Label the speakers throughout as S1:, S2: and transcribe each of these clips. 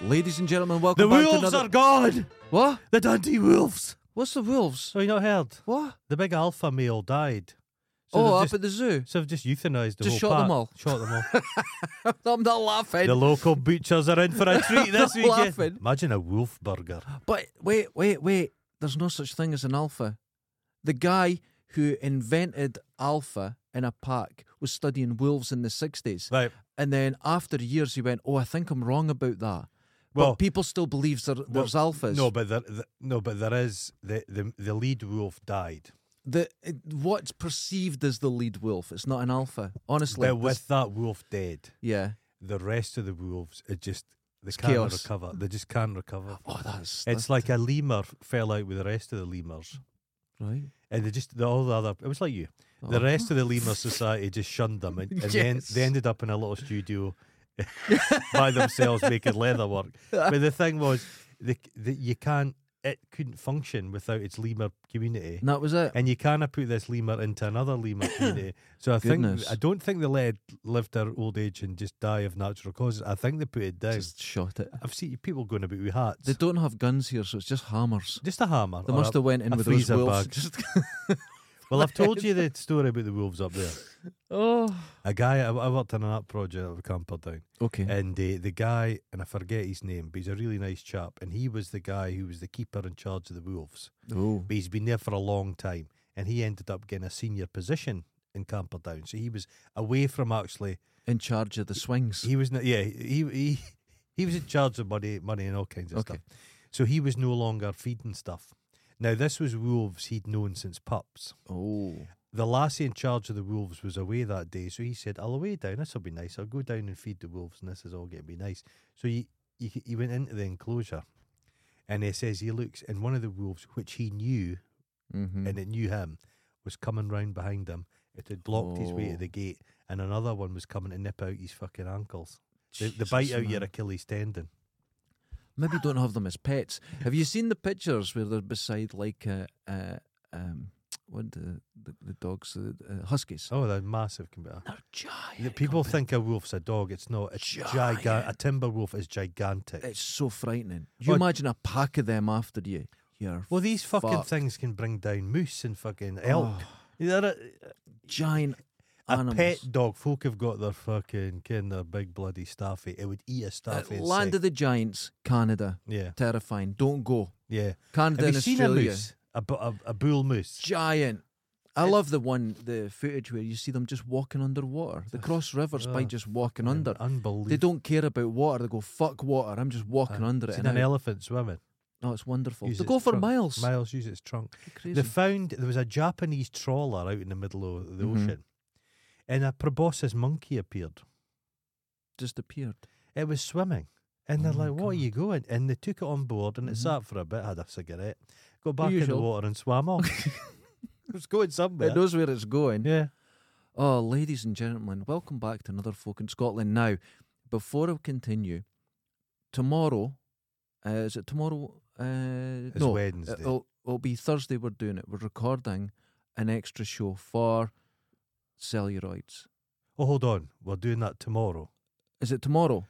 S1: Ladies and gentlemen, welcome
S2: The
S1: back to
S2: wolves
S1: another...
S2: are gone!
S1: What?
S2: The Dundee Wolves!
S1: What's the wolves?
S2: So you not heard?
S1: What?
S2: The big alpha male died. So
S1: oh,
S2: they've
S1: up
S2: just,
S1: at the zoo.
S2: so they've just euthanized the
S1: Just
S2: whole
S1: shot them
S2: pack.
S1: all.
S2: Shot them all.
S1: I'm not laughing.
S2: the local butchers are in for a treat this
S1: I'm
S2: weekend.
S1: laughing.
S2: Imagine a wolf burger.
S1: But wait, wait, wait. There's no such thing as an alpha. The guy who invented alpha in a pack was studying wolves in the 60s.
S2: Right.
S1: And then after years, he went, Oh, I think I'm wrong about that.
S2: Well-
S1: but people still believe there, there's alphas.
S2: No, but there, th no, but there is the, the the lead wolf died.
S1: The, it- what's perceived as the lead wolf, it's not an alpha. Honestly.
S2: but
S1: this-
S2: with that wolf dead,
S1: yeah.
S2: the rest of the wolves are just they can't
S1: chaos.
S2: recover. They just can't recover.
S1: Oh, that's.
S2: It's like a lemur fell out with the rest of the lemurs,
S1: Right.
S2: and they just the, all the other. It was like you. The
S1: Oh.
S2: rest of the lemur society just shunned them, and, and then
S1: Yes.
S2: they ended up in a little studio by themselves making leather work. But the thing was, the, the, you can't. It couldn't function without its lemur community.
S1: And that was it.
S2: and you cannot put this lemur into another lemur community. So I
S1: Goodness.
S2: think I don't think they let live their old age and just die of natural causes. I think they put it down.
S1: Just shot it.
S2: I've seen people going about with hats,
S1: They don't have guns here, so it's just hammers.
S2: just a hammer.
S1: They
S2: or
S1: must
S2: a-
S1: have went in
S2: a
S1: with those
S2: freezer
S1: wolves.
S2: bag.
S1: Just,
S2: Well, I've told you the story about the wolves up there.
S1: oh.
S2: A guy I, I worked on an art project of Camperdown,
S1: Okay.
S2: and uh, the guy and I forget his name, but he's a really nice chap, and he was the guy who was the keeper in charge of the wolves.
S1: oh.
S2: but he's been there for a long time and he ended up getting a senior position in Camperdown. So he was away from actually
S1: in charge of the swings.
S2: he was not, yeah, he he he was in charge of money money and all kinds of
S1: Okay.
S2: stuff. So he was no longer feeding stuff. Now this was wolves he'd known since pups.
S1: oh.
S2: The lassie in charge of the wolves was away that day, so he said, "I'll away down. This will be nice. I'll go down and feed the wolves, and this is all going to be nice." So he, he he went into the enclosure, and he says he looks, and one of the wolves, which he knew
S1: Mm-hmm.
S2: and it knew him, was coming round behind him. It had blocked his way
S1: Oh.
S2: to the gate, and another one was coming to nip out his fucking ankles. They, they bite out your Achilles tendon.
S1: Maybe don't have them as pets. Have you seen the pictures where they're beside like a, a um what the the, the dogs the uh, huskies?
S2: Oh, they're massive. Computer.
S1: They're giant.
S2: Yeah, people
S1: compared-
S2: think a wolf's a dog. It's not. It's gigantic.
S1: Giant.
S2: A timber wolf is gigantic.
S1: it's so frightening. You
S2: Oh,
S1: imagine a pack of them after you. You're
S2: well, these fucking
S1: fucked.
S2: things can bring down moose and fucking elk. They're a,
S1: oh, giant
S2: a
S1: animals.
S2: pet dog. Folk have got their fucking, ken their big bloody staffy. It would eat a
S1: Uh,
S2: staffy. and
S1: land
S2: say-
S1: of the giants, Canada.
S2: yeah,
S1: Terrifying. Don't go.
S2: yeah.
S1: Canada
S2: Have
S1: and
S2: you seen a
S1: Australia.
S2: moose? A, bu- a, a bull moose.
S1: giant. I love the one, the footage where you see them just walking underwater. They cross rivers by
S2: Oh,
S1: just walking
S2: Un-
S1: under.
S2: Unbelievable.
S1: They don't care about water. They go fuck water. I'm just walking
S2: Uh,
S1: under it.
S2: seen
S1: and
S2: an
S1: out."
S2: elephant swimming.
S1: oh, it's wonderful.
S2: Use
S1: They
S2: its
S1: go for
S2: trunk.
S1: miles.
S2: Miles use its trunk.
S1: Crazy.
S2: They found there was a Japanese trawler out in the middle of the
S1: Mhm.
S2: ocean, and a proboscis monkey appeared.
S1: just appeared.
S2: It was swimming, and they're
S1: Oh my
S2: like, "What are you going?" And they took it on board, and it sat for a bit, had a cigarette, got back in the
S1: usual.
S2: water, and swam off. it was going somewhere.
S1: It knows where it's going.
S2: Yeah.
S1: Oh, ladies and gentlemen, welcome back to another Folk in Scotland. Now, before I continue, tomorrow, uh, is it tomorrow? Uh,
S2: It's
S1: no,
S2: Wednesday.
S1: It'll, it'll be Thursday we're doing it. We're recording an extra show for celluloids.
S2: Oh, hold on. We're doing that tomorrow.
S1: Is it tomorrow?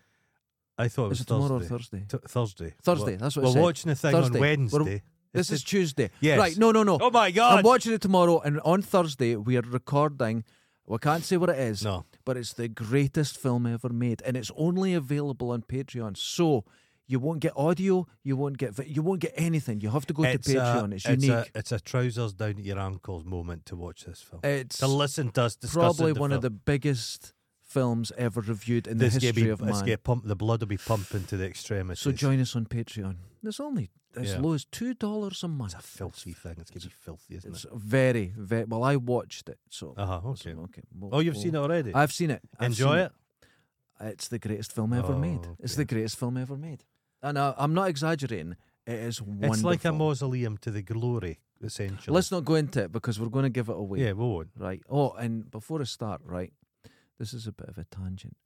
S2: I thought Oh, it was
S1: Is it
S2: Thursday.
S1: tomorrow or Thursday?
S2: Th- Thursday.
S1: Thursday,
S2: We're,
S1: that's what I
S2: we're
S1: said.
S2: watching the thing
S1: Thursday.
S2: on
S1: We're-
S2: Wednesday.
S1: This is
S2: It's-
S1: Tuesday.
S2: Yes.
S1: Right, no, no, no.
S2: Oh my God!
S1: I'm watching it tomorrow, and on Thursday we are recording. Well, I can't say what it is,
S2: no.
S1: but it's the greatest film ever made, and it's only available on Patreon. So you won't get audio, you won't get, vi- you won't get anything. You have to go to Patreon.
S2: A,
S1: it's,
S2: A,
S1: unique.
S2: uh, it's a trousers down at your ankles moment to watch this film.
S1: it's
S2: to listen to us discussing
S1: probably
S2: the
S1: one
S2: film.
S1: of the biggest films ever reviewed in
S2: this
S1: the
S2: get
S1: history
S2: be,
S1: of
S2: it's
S1: man.
S2: get pump, the blood will be pumping to the extremities.
S1: So join us on Patreon. It's only as
S2: Yeah.
S1: low as two dollars a month.
S2: It's a filthy thing. It's going to be filthy, isn't
S1: It's
S2: it?
S1: very, very well. I watched it, so
S2: Uh huh.
S1: so,
S2: Okay.
S1: okay. we'll-
S2: Oh, you've
S1: we'll-
S2: seen it already.
S1: I've seen it. I've
S2: Enjoy
S1: seen
S2: it.
S1: It's the greatest film ever made.
S2: Oh,
S1: It's
S2: okay.
S1: the greatest film ever made, and I, I'm not exaggerating. It is wonderful.
S2: It's like a mausoleum to the glory, essentially.
S1: Let's not go into it because we're going to give it away.
S2: yeah, we won't.
S1: Right. Oh, and before I start, right, this is a bit of a tangent,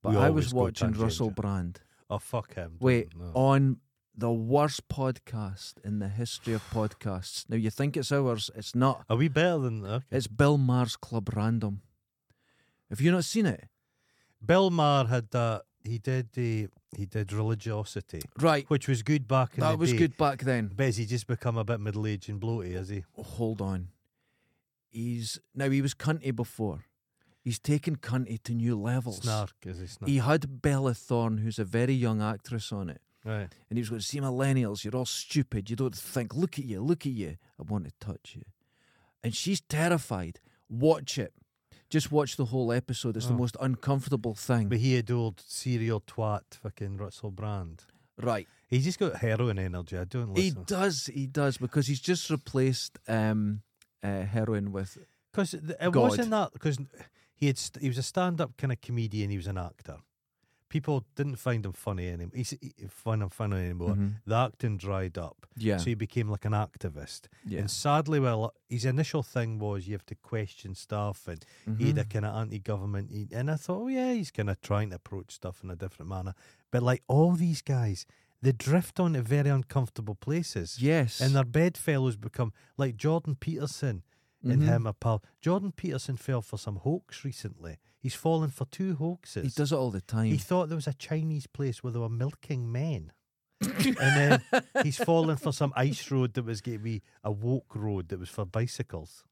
S1: but
S2: We
S1: I
S2: always
S1: was
S2: go
S1: watching
S2: tangent.
S1: Russell Brand.
S2: Oh fuck him. don't-
S1: Wait,
S2: no.
S1: on the worst podcast in the history of podcasts. Now you think it's ours, it's not.
S2: Are we better than okay?
S1: It's Bill Maher's Club Random. Have you not seen it?
S2: Bill Maher had that. He did the he did religiosity,
S1: Right.
S2: which was good back in the
S1: That was
S2: day.
S1: good back then.
S2: But has he just become a bit middle aged and bloated? Has he?
S1: hold on. He's now he was cunty before. He's taken cunty to new levels.
S2: Snark is he? Snark.
S1: He had Bella Thorne, who's a very young actress on it,
S2: right.
S1: and he was going to see millennials. You're all stupid. You don't think. Look at you. Look at you. I want to touch you, and she's terrified. Watch it. Just watch the whole episode. It's the
S2: Oh.
S1: most uncomfortable thing.
S2: But he adored serial twat fucking Russell Brand.
S1: right.
S2: He just got heroin energy. I don't
S1: He
S2: listen.
S1: does. He does because he's just replaced um, uh, heroin with
S2: Because it
S1: God.
S2: wasn't that because he had st- he was a stand up kind of comedian. He was an actor. People didn't find him funny anymore. He's he, find him funny anymore.
S1: Mhm.
S2: The acting dried up,
S1: yeah.
S2: so he became like an activist.
S1: yeah.
S2: And sadly, well, his initial thing was you have to question stuff, and he had a
S1: Mm-hmm.
S2: kind of anti-government. he- And I thought, oh yeah, he's kind of trying to approach stuff in a different manner. But like all these guys, they drift on to very uncomfortable places,
S1: yes.
S2: and their bedfellows become like Jordan Peterson and
S1: Mhm.
S2: him a pal. Jordan Peterson fell for some hoax recently. He's fallen for two hoaxes.
S1: He does it all the time.
S2: He thought there was a Chinese place where they were milking men. and then he's fallen for some ice road that was going to be a walk road that was for bicycles.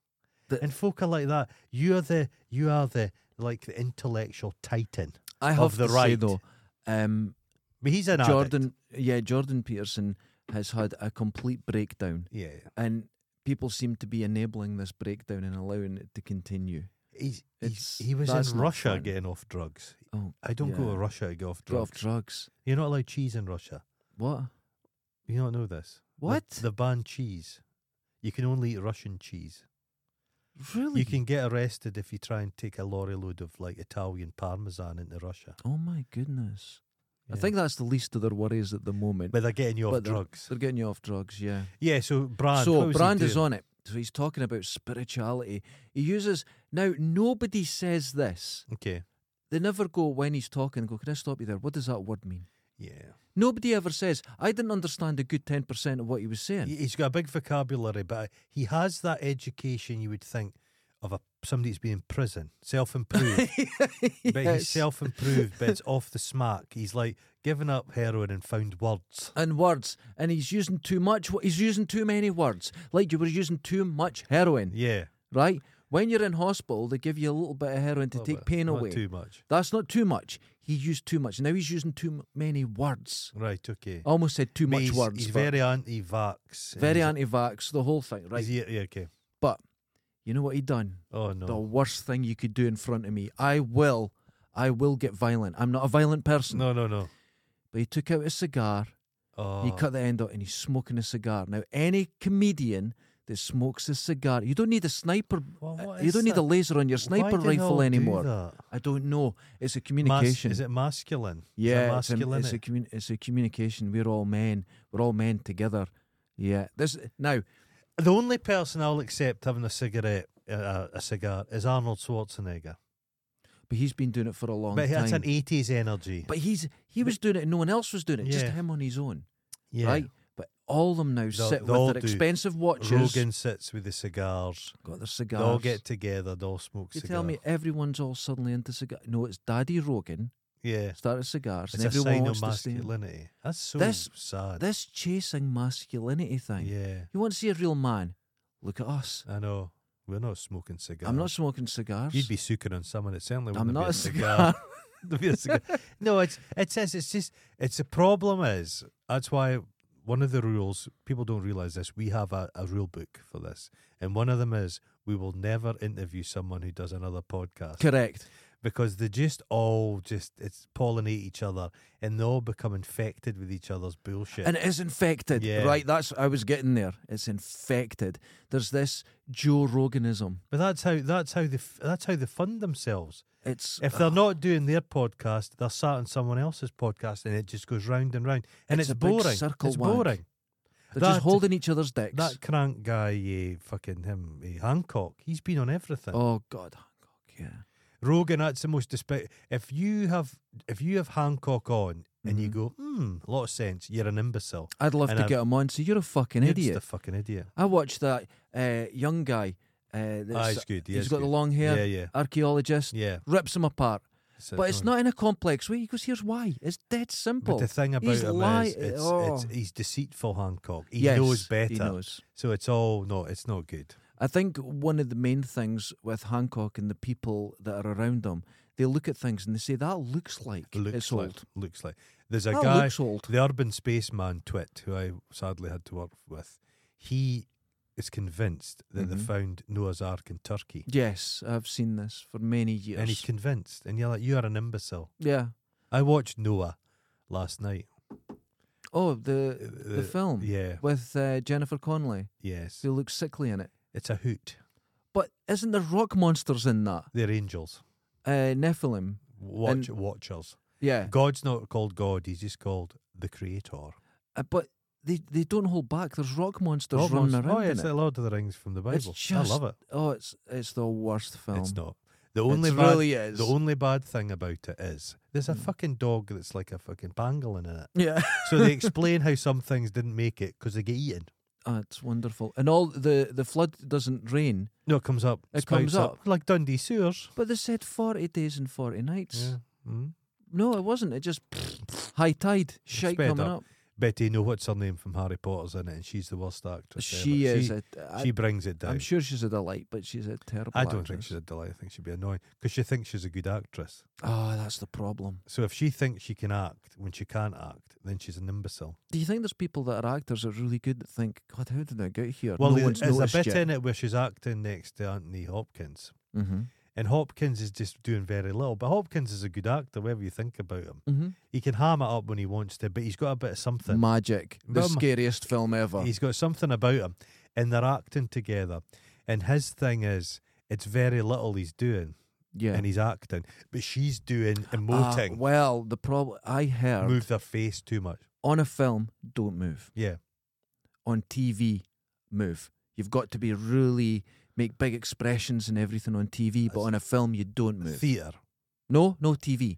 S1: The-
S2: and folk are like that. You are the you are the like the intellectual titan.
S1: I
S2: of
S1: have
S2: the
S1: to say
S2: right.
S1: though, um,
S2: But he's an addict.
S1: Jordan, yeah, Jordan Peterson has had a complete breakdown,
S2: Yeah, yeah.
S1: and people seem to be enabling this breakdown and allowing it to continue.
S2: he's, he's
S1: It's-
S2: he was
S1: that's
S2: in
S1: not
S2: Russia
S1: fun.
S2: getting off drugs.
S1: Oh,
S2: I don't go
S1: yeah.
S2: to Russia to get off
S1: Get
S2: drugs.
S1: off drugs.
S2: You're not allowed cheese in Russia.
S1: What?
S2: You don't know this. They-
S1: What?
S2: They ban cheese. You can only eat Russian cheese.
S1: really?
S2: You can get arrested if you try and take a lorry load of like Italian parmesan into Russia.
S1: Oh my goodness! I
S2: Yeah.
S1: think that's the least of their worries at the moment.
S2: But they're getting you off
S1: but they're-
S2: drugs.
S1: They're getting you off drugs, yeah.
S2: yeah, so Brand. what
S1: so
S2: was he
S1: Brand is
S2: doing?
S1: on it. So he's talking about spirituality. He uses now. Nobody says this.
S2: Okay.
S1: They never go when he's talking. Go, can I stop you there? What does that word mean?
S2: Yeah.
S1: Nobody ever says, I didn't understand a good 10% of what he was saying.
S2: He- He's got a big vocabulary, but he has that education you would think of a somebody that's been in prison, self improved. But he's
S1: Yes.
S2: self improved, but it's off the smack. He's like given up heroin and found words.
S1: And words. And he's using too much. wo- He's using too many words. Like you were using too much heroin,
S2: Yeah.
S1: right? When you're in hospital, they give you a little bit of heroin to
S2: Well,
S1: take
S2: Oh, but
S1: pain
S2: not
S1: away.
S2: Too much.
S1: That's not too much. He used too much. Now he's using too m- many words.
S2: Right, okay.
S1: I almost said too
S2: But
S1: much
S2: he's,
S1: words.
S2: He's
S1: but
S2: very anti vax.
S1: very anti vax, the whole thing, right?
S2: Yeah, yeah, okay.
S1: But you know what he done?
S2: Oh,
S1: The
S2: no.
S1: worst thing you could do in front of me. I will. I will get violent. I'm not a violent person.
S2: No, no, no.
S1: But he took out a cigar,
S2: Oh.
S1: he cut the end out, and he's smoking a cigar. Now, any comedian that smokes a cigar, you don't need a sniper.
S2: Well,
S1: uh,
S2: what
S1: you
S2: is
S1: don't need
S2: that?
S1: a laser on your sniper
S2: Why do they all
S1: rifle
S2: do
S1: anymore.
S2: that?
S1: I don't know. It's a
S2: Mas-
S1: communication.
S2: is it masculine?
S1: yeah,
S2: is
S1: it's
S2: it
S1: a,
S2: masculine.
S1: it's, a commun- it's a communication. We're all men. We're all men together. Yeah. This now.
S2: The only person I'll accept having a cigarette, uh, a cigar, is Arnold Schwarzenegger.
S1: But he's been doing it for a long
S2: But
S1: time.
S2: that's an eighties energy.
S1: but he's he was doing it and no one else was doing it. Just
S2: Yeah.
S1: him on his own.
S2: yeah.
S1: Right? But all of them now sit
S2: they
S1: with
S2: all
S1: their
S2: do.
S1: expensive watches.
S2: Rogan sits with the cigars.
S1: Got
S2: They
S1: their cigars.
S2: all get together. They all smoke
S1: You
S2: cigars.
S1: tell me everyone's all suddenly into cigar. No, it's Daddy Rogan
S2: Yeah.
S1: started cigars,
S2: It's
S1: and
S2: a
S1: everyone
S2: sign
S1: wants
S2: of
S1: to stay. in-
S2: masculinity. That's so
S1: This-
S2: sad.
S1: This chasing masculinity thing.
S2: yeah.
S1: You want to see a real man? Look at us.
S2: I know. We're not smoking cigars.
S1: I'm not smoking cigars.
S2: You'd be sucking on someone. It certainly
S1: I'm
S2: wouldn't
S1: not
S2: be
S1: a
S2: a
S1: cigar.
S2: There'll be a cigar. no, it's it says it's just it's the problem is that's why one of the rules people don't realize this. We have a, a rule book for this, and one of them is we will never interview someone who does another podcast
S1: Correct.
S2: because they just all just it's pollinate each other and they all become infected with each other's bullshit.
S1: And it is infected,
S2: Yeah.
S1: right? That's I was getting there. It's infected. There's this Joe Roganism.
S2: but that's how that's how they f- that's how they fund themselves.
S1: It's
S2: If they're not doing their podcast, they're sat on someone else's podcast, and it just goes round and round, and it's,
S1: It's a big
S2: boring.
S1: circle
S2: it's
S1: wank.
S2: boring.
S1: they're
S2: that-
S1: just holding each other's dicks.
S2: That crank guy, uh, fucking him, eh, Hancock. He's been on everything.
S1: oh God, Hancock, yeah.
S2: Rogan, that's the most despite. If you have, if you have Hancock on, and you
S1: Mhm.
S2: go, hmm, lot of sense. You're an imbecile.
S1: I'd love
S2: And
S1: to
S2: I've-
S1: get him on. So you're a fucking
S2: You're
S1: idiot.
S2: Just a fucking idiot.
S1: I watched that uh, young guy.
S2: Ah,
S1: Uh, that's,
S2: he's good. He
S1: he's
S2: is
S1: got the
S2: good.
S1: long hair.
S2: Yeah, yeah,
S1: Archaeologist
S2: yeah.
S1: rips him apart.
S2: So
S1: But it's
S2: no.
S1: not in a complex way. He goes, here's why. It's dead simple.
S2: But the thing about
S1: He's
S2: him
S1: lie-
S2: is, it's, it's,
S1: oh.
S2: he's deceitful, Hancock. He
S1: Yes,
S2: knows better.
S1: He knows.
S2: So it's all no, it's not good.
S1: I think one of the main things with Hancock and the people that are around him, they look at things and they say, that looks like
S2: Looks
S1: it's
S2: like,
S1: old.
S2: Looks like there's a
S1: that
S2: guy,
S1: looks old.
S2: the urban spaceman Twit, who I sadly had to work with. He is convinced that they
S1: Mhm.
S2: found Noah's Ark in Turkey,
S1: Yes, I've seen this for many years.
S2: and he's convinced. And you're like, you are an imbecile.
S1: yeah.
S2: I watched Noah last night.
S1: Oh, the the
S2: Uh,
S1: film
S2: Yeah.
S1: with uh, Jennifer Connelly,
S2: Yes.
S1: who looks sickly in it.
S2: It's a hoot.
S1: But isn't there rock monsters in that?
S2: They're angels.
S1: Uh, Nephilim.
S2: Watch watchers.
S1: Yeah.
S2: God's not called God. He's just called the Creator.
S1: Uh, but they, they don't hold back. There's rock monsters
S2: Rock
S1: running
S2: monster-
S1: around.
S2: Oh, yeah,
S1: in
S2: it's
S1: it.
S2: the Lord of the Rings from the Bible.
S1: It's
S2: I love it.
S1: Oh, it's it's the worst film.
S2: It's not. The only
S1: it
S2: bad,
S1: really is.
S2: the only bad thing about it is there's a
S1: Mm.
S2: fucking dog that's like a fucking pangolin in it.
S1: yeah.
S2: So they explain how some things didn't make it because they get eaten.
S1: Oh, it's wonderful. And all the the flood doesn't rain,
S2: No, it comes up.
S1: It
S2: spouts
S1: comes
S2: like Dundee sewers.
S1: but they said forty days and forty nights.
S2: Yeah. Mm.
S1: No, it wasn't. It just high tide, shite
S2: Sped
S1: coming
S2: up.
S1: up.
S2: Betty, know what's her name from Harry Potter's in it, and she's the worst actress.
S1: She
S2: ever.
S1: is.
S2: She,
S1: a, I,
S2: she brings it down.
S1: I'm sure she's a delight, but she's a terrible.
S2: I don't think
S1: actress.
S2: she's a delight. I think she'd be annoying because she thinks she's a good actress.
S1: Oh, that's the problem.
S2: So if she thinks she can act when she can't act, then she's an imbecile.
S1: Do you think there's people that are actors that are really good that think, God, how did I get here?
S2: Well,
S1: no
S2: there-
S1: one's
S2: there's a
S1: noticed
S2: bit
S1: yet.
S2: in it where she's acting next to Anthony Hopkins,
S1: Mm-hmm.
S2: and Hopkins is just doing very little. But Hopkins is a good actor, whatever you think about him.
S1: Mm-hmm.
S2: He can ham it up when he wants to, but he's got a bit of something.
S1: Magic, the
S2: Well, ma-
S1: scariest film ever.
S2: He's got something about him, and they're acting together. And his thing is, it's very little he's doing,
S1: yeah.
S2: and he's acting, but she's doing
S1: Ah,
S2: emoting,
S1: well, the problem I heard
S2: move their face too much.
S1: on a film, don't move.
S2: Yeah,
S1: On TV, move. You've got to be really make big expressions and everything on TV, but
S2: That's-
S1: on a film, you don't move.
S2: theater.
S1: no, no TV.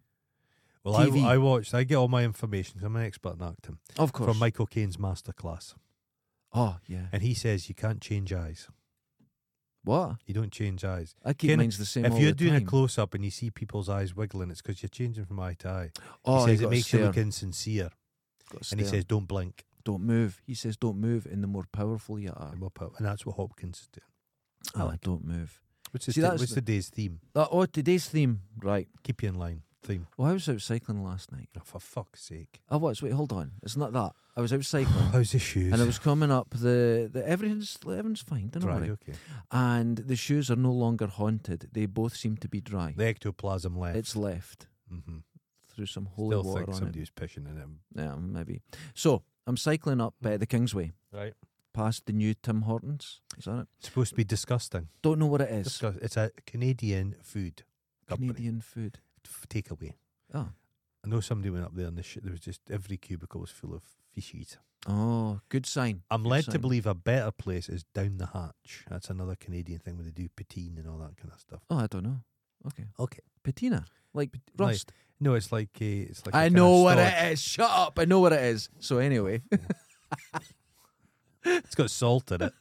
S2: Well, I,
S1: TV.
S2: I watched. I get all my information. 'cause I'm an expert in acting
S1: Of course.
S2: from Michael Caine's masterclass,
S1: oh, yeah.
S2: and he says you can't change eyes.
S1: What?
S2: You don't change eyes.
S1: I keep
S2: Can-
S1: mine's the same. all
S2: if you're
S1: the
S2: doing
S1: time.
S2: a close up and you see people's eyes wiggling, it's because you're changing from eye to eye.
S1: oh,
S2: he says
S1: you
S2: it
S1: gotta
S2: makes
S1: stare,
S2: you look insincere,
S1: gotta
S2: and he
S1: stare.
S2: says don't blink.
S1: "Don't move." He says, "Don't move," and the more powerful you are,
S2: And we'll put- and that's what Hopkins is doing. I
S1: oh,
S2: like it.
S1: don't move.
S2: What's, his
S1: See,
S2: the-
S1: that's
S2: what's
S1: the-
S2: today's theme?
S1: That- oh, today's theme, right?
S2: Keep you in line. Theme.
S1: Well, I was out cycling last night.
S2: Oh, for fuck's sake.
S1: I was. Wait, hold on. It's not that. I was out cycling.
S2: How's the shoes?
S1: And I was coming up the, the everything's everything's fine, don't
S2: dry.
S1: worry.
S2: Okay.
S1: And the shoes are no longer haunted. They both seem to be dry.
S2: The ectoplasm left.
S1: It's left
S2: mm-hmm.
S1: through some holy
S2: Still
S1: water
S2: think
S1: on
S2: somebody
S1: it.
S2: was pissing in him.
S1: Yeah, maybe. So I'm cycling up uh, the Kingsway
S2: Right.
S1: past the new Tim Hortons. Is that it?
S2: It's supposed to be disgusting.
S1: Don't know what it is.
S2: Disgust- It's a Canadian food company.
S1: Canadian food.
S2: F- takeaway.
S1: Oh,
S2: I know somebody went up there and the sh- there was just every cubicle was full of fishies.
S1: oh, good sign.
S2: I'm
S1: Good
S2: led to
S1: sign.
S2: believe a better place is down the hatch. That's another Canadian thing where they do poutine and all that kind of stuff.
S1: Oh, I don't know. Okay,
S2: Okay.
S1: patina like
S2: like,
S1: rust.
S2: No, it's like a, it's like a
S1: I
S2: kinda
S1: know what
S2: salt.
S1: it is. Shut up. I know what it is. So anyway,
S2: It's got salt in it.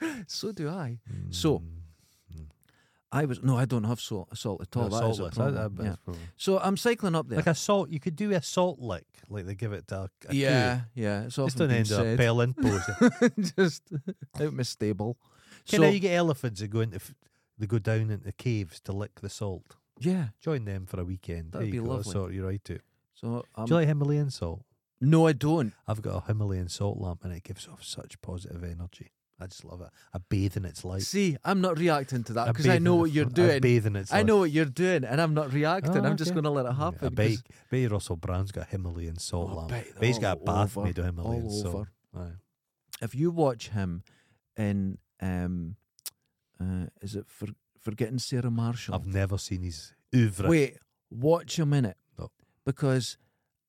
S2: Mm.
S1: so do I. So, I was no, I don't have salt, salt at
S2: No,
S1: all. That is a
S2: saltless.
S1: problem,
S2: That- that-
S1: yeah.
S2: that's problem.
S1: So I'm cycling up there.
S2: Like a salt, you could do a salt lick, like they give it to a, a
S1: yeah, yeah. It's
S2: cow.
S1: often
S2: Just don't
S1: been
S2: end up
S1: said.
S2: Berlin post.
S1: just out my stable.
S2: Can
S1: so
S2: you get elephants that go into f- they go down into caves to lick the salt?
S1: yeah,
S2: Join them for a weekend.
S1: That'd
S2: There you
S1: be
S2: go,
S1: lovely.
S2: Sort you right to.
S1: so um,
S2: do you like Himalayan salt?
S1: no, I don't.
S2: I've got a Himalayan salt lamp and it gives off such positive energy. I just love it. I bathe in its light.
S1: See, I'm not reacting to that because
S2: bathe
S1: uh, I
S2: in
S1: know
S2: the
S1: what you're
S2: fl- I
S1: doing.
S2: bathe in its
S1: I
S2: light.
S1: know what you're doing, and I'm not reacting.
S2: Oh,
S1: I'm just
S2: okay.
S1: going to let it
S2: Yeah, I
S1: happen.
S2: bet,
S1: 'cause-
S2: bet you Russell Brand's got a Himalayan salt
S1: Oh, I
S2: lamp.
S1: bet
S2: But he's got a
S1: all
S2: bath
S1: over,
S2: made of Himalayan
S1: all
S2: salt.
S1: over.
S2: Aye.
S1: If you watch him in, um, uh, is it for forgetting Sarah Marshall?
S2: I've never seen his oeuvre.
S1: Wait, watch a minute.
S2: No.
S1: Because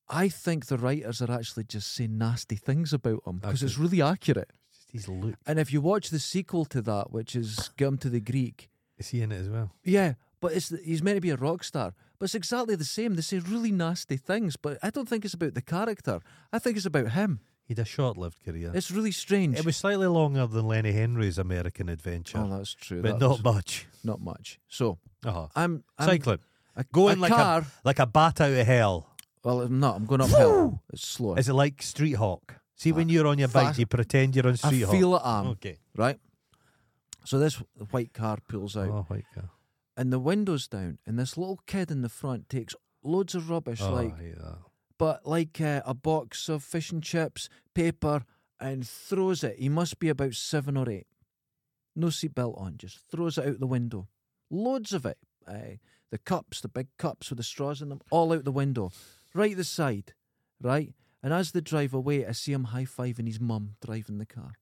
S1: I think the writers are actually just saying nasty things about him because it's
S2: Okay.
S1: really accurate.
S2: Just his look.
S1: And if you watch the sequel to that, which is Gum to the Greek,
S2: Is he in it as well?
S1: yeah, but it's he's meant to be a rock star. But it's exactly the same. They say really nasty things, but I don't think it's about the character. I think it's about him.
S2: He had a short-lived career.
S1: It's really strange.
S2: It was slightly longer than Lenny Henry's American Adventure,
S1: oh, that's true.
S2: but
S1: That
S2: not
S1: was
S2: much.
S1: not much. So
S2: Uh-huh.
S1: I'm, I'm
S2: Cycling.
S1: A,
S2: Going
S1: a
S2: like a-
S1: car.
S2: Like a bat out of hell.
S1: Well, I'm not. I'm going uphill. it's slower.
S2: Is it like Street Hawk? See, when you're on your
S1: fast-
S2: bike, you pretend you're on
S1: I
S2: Street Hawk.
S1: feel it am
S2: Oh, Okay.
S1: right. So this white car pulls out,
S2: Oh, white car.
S1: and the windows down, and this little kid in the front takes loads of rubbish,
S2: Oh,
S1: like
S2: I hate that.
S1: but like uh, a box of fish and chips, paper, and throws it. He must be about seven or eight. No seatbelt on, just throws it out the window. Loads of it. Uh, the cups, the big cups with the straws in them, all out the window, right the side, right. And as they drive away, I see him high fiving his mum driving the car.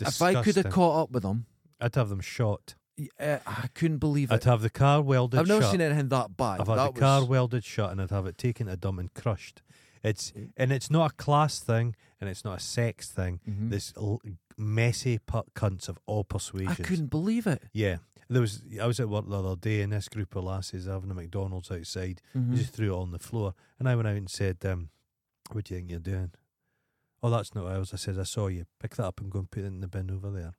S1: If I could have
S2: Disgusting.
S1: caught up with him,
S2: I'd have them shot.
S1: y- uh, I couldn't believe
S2: I'd
S1: it.
S2: have the car welded
S1: I've never
S2: shut.
S1: seen anything that bad.
S2: I've had
S1: that
S2: the car
S1: was,
S2: welded shut and I'd have it taken to dumb and crushed. It's
S1: Mm.
S2: and it's not a class thing and it's not a sex thing.
S1: Mhm.
S2: This l- messy putt cunts of all
S1: I
S2: persuasions.
S1: couldn't believe it.
S2: Yeah, there was. I was at work the other day and this group of lasses having a McDonald's outside.
S1: Mhm.
S2: They just threw it on the floor and I went out and said, um, "What do you think you're doing?" Oh, that's not ours. I says, "I saw you pick that up and go and put it in the bin over there."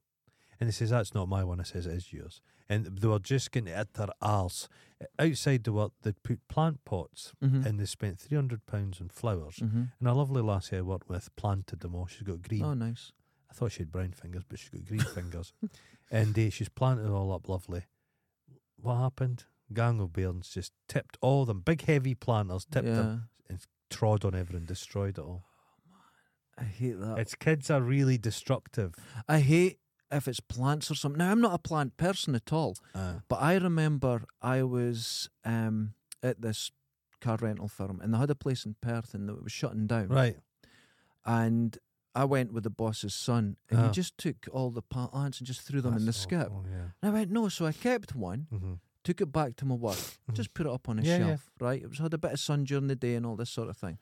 S2: And he says, "That's not my one." I says, "It is yours." And they were just going to at their arse outside the work. They'd put plant pots
S1: Mhm.
S2: and they spent three hundred pounds on flowers.
S1: Mhm.
S2: And a lovely lassie I worked with planted them all. She's got green.
S1: Oh, nice.
S2: I thought she had brown fingers, but she's got green fingers. And uh, she's planted it all up lovely. What happened? Gang of bairns just tipped all them big heavy planters, tipped them, trod on everything, destroyed it all.
S1: I hate that.
S2: Its kids are really destructive.
S1: I hate if it's plants or something. Now I'm not a plant person at all,
S2: Uh,
S1: but I remember I was um, at this car rental firm and they had a place in Perth and it was shutting down.
S2: right.
S1: And I went with the boss's son and he
S2: Ah.
S1: just took all the plants and just threw them in the
S2: That's
S1: skip.
S2: awful, yeah.
S1: And I went, no, so I kept one,
S2: Mhm.
S1: took it back to my work,
S2: Mhm.
S1: just put it up on a
S2: Yeah, yeah.
S1: shelf, right? It was had a bit of sun during the day and all this sort of thing.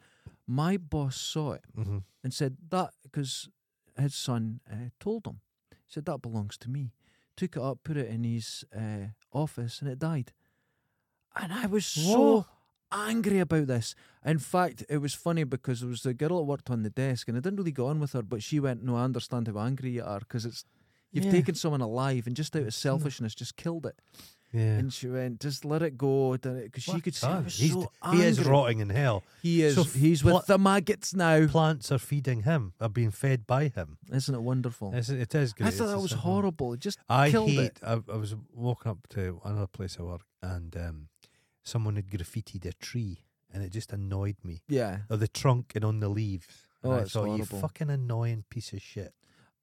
S1: My boss saw it
S2: Mhm.
S1: and said that because his son uh, told him, he said that belongs to me. Took it up, put it in his uh, office, and it died. And I was so
S2: What?
S1: angry about this. In fact, it was funny because there was the girl that worked on the desk, and I didn't really go on with her, but she went, "No, I understand how angry you are because it's." You've
S2: Yeah.
S1: taken someone alive and just out of
S2: It's not-
S1: selfishness, just killed it.
S2: Yeah.
S1: And she went, just let it go. Because she
S2: What
S1: could see I
S2: done?
S1: was
S2: He's-
S1: so
S2: he is
S1: angry.
S2: rotting in hell.
S1: He is.
S2: So
S1: he's
S2: pl-
S1: with the maggots now.
S2: Plants are feeding him, are being fed by him.
S1: Isn't it wonderful?
S2: It's, it is great.
S1: Oh. I thought
S2: It's
S1: that
S2: a
S1: was
S2: simple-
S1: horrible. It just
S2: I
S1: killed
S2: hate.
S1: it.
S2: I, I was walking up to another place I work, and um, someone had graffitied a tree, and it just annoyed me.
S1: Yeah.
S2: Or the trunk and on the leaves. And
S1: Oh,
S2: I
S1: it's
S2: thought,
S1: horrible.
S2: You fucking annoying piece of shit.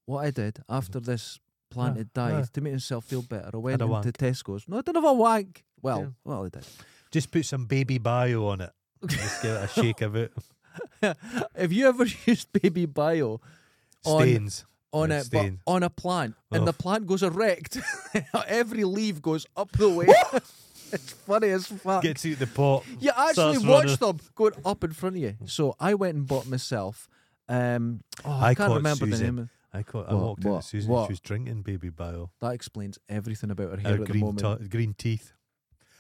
S1: What I did after
S2: Mm.
S1: this plant had
S2: Yeah,
S1: died
S2: yeah.
S1: to make myself feel better, I went
S2: a
S1: into
S2: wank.
S1: Tesco's. No, I didn't have a wank. Well,
S2: Yeah.
S1: well, I did.
S2: Just put some baby bio on it. Just give it a shake of it.
S1: Have you ever used baby bio On-
S2: Stains.
S1: on
S2: Yeah,
S1: a but
S2: stain.
S1: on a plant and
S2: Oh.
S1: the plant goes erect? Every leaf goes up the way. it's funny as fuck.
S2: Gets out the pot.
S1: you actually
S2: starts
S1: watch
S2: running.
S1: them going up in front of you. So I went and bought myself. Um, oh, I,
S2: I
S1: can't
S2: caught
S1: remember the
S2: Susan.
S1: name. Of,
S2: I caught. I
S1: What,
S2: walked into
S1: what,
S2: Susan.
S1: what?
S2: She was drinking baby bio.
S1: that explains everything about her hair
S2: Her
S1: at the
S2: green,
S1: moment.
S2: to- green teeth.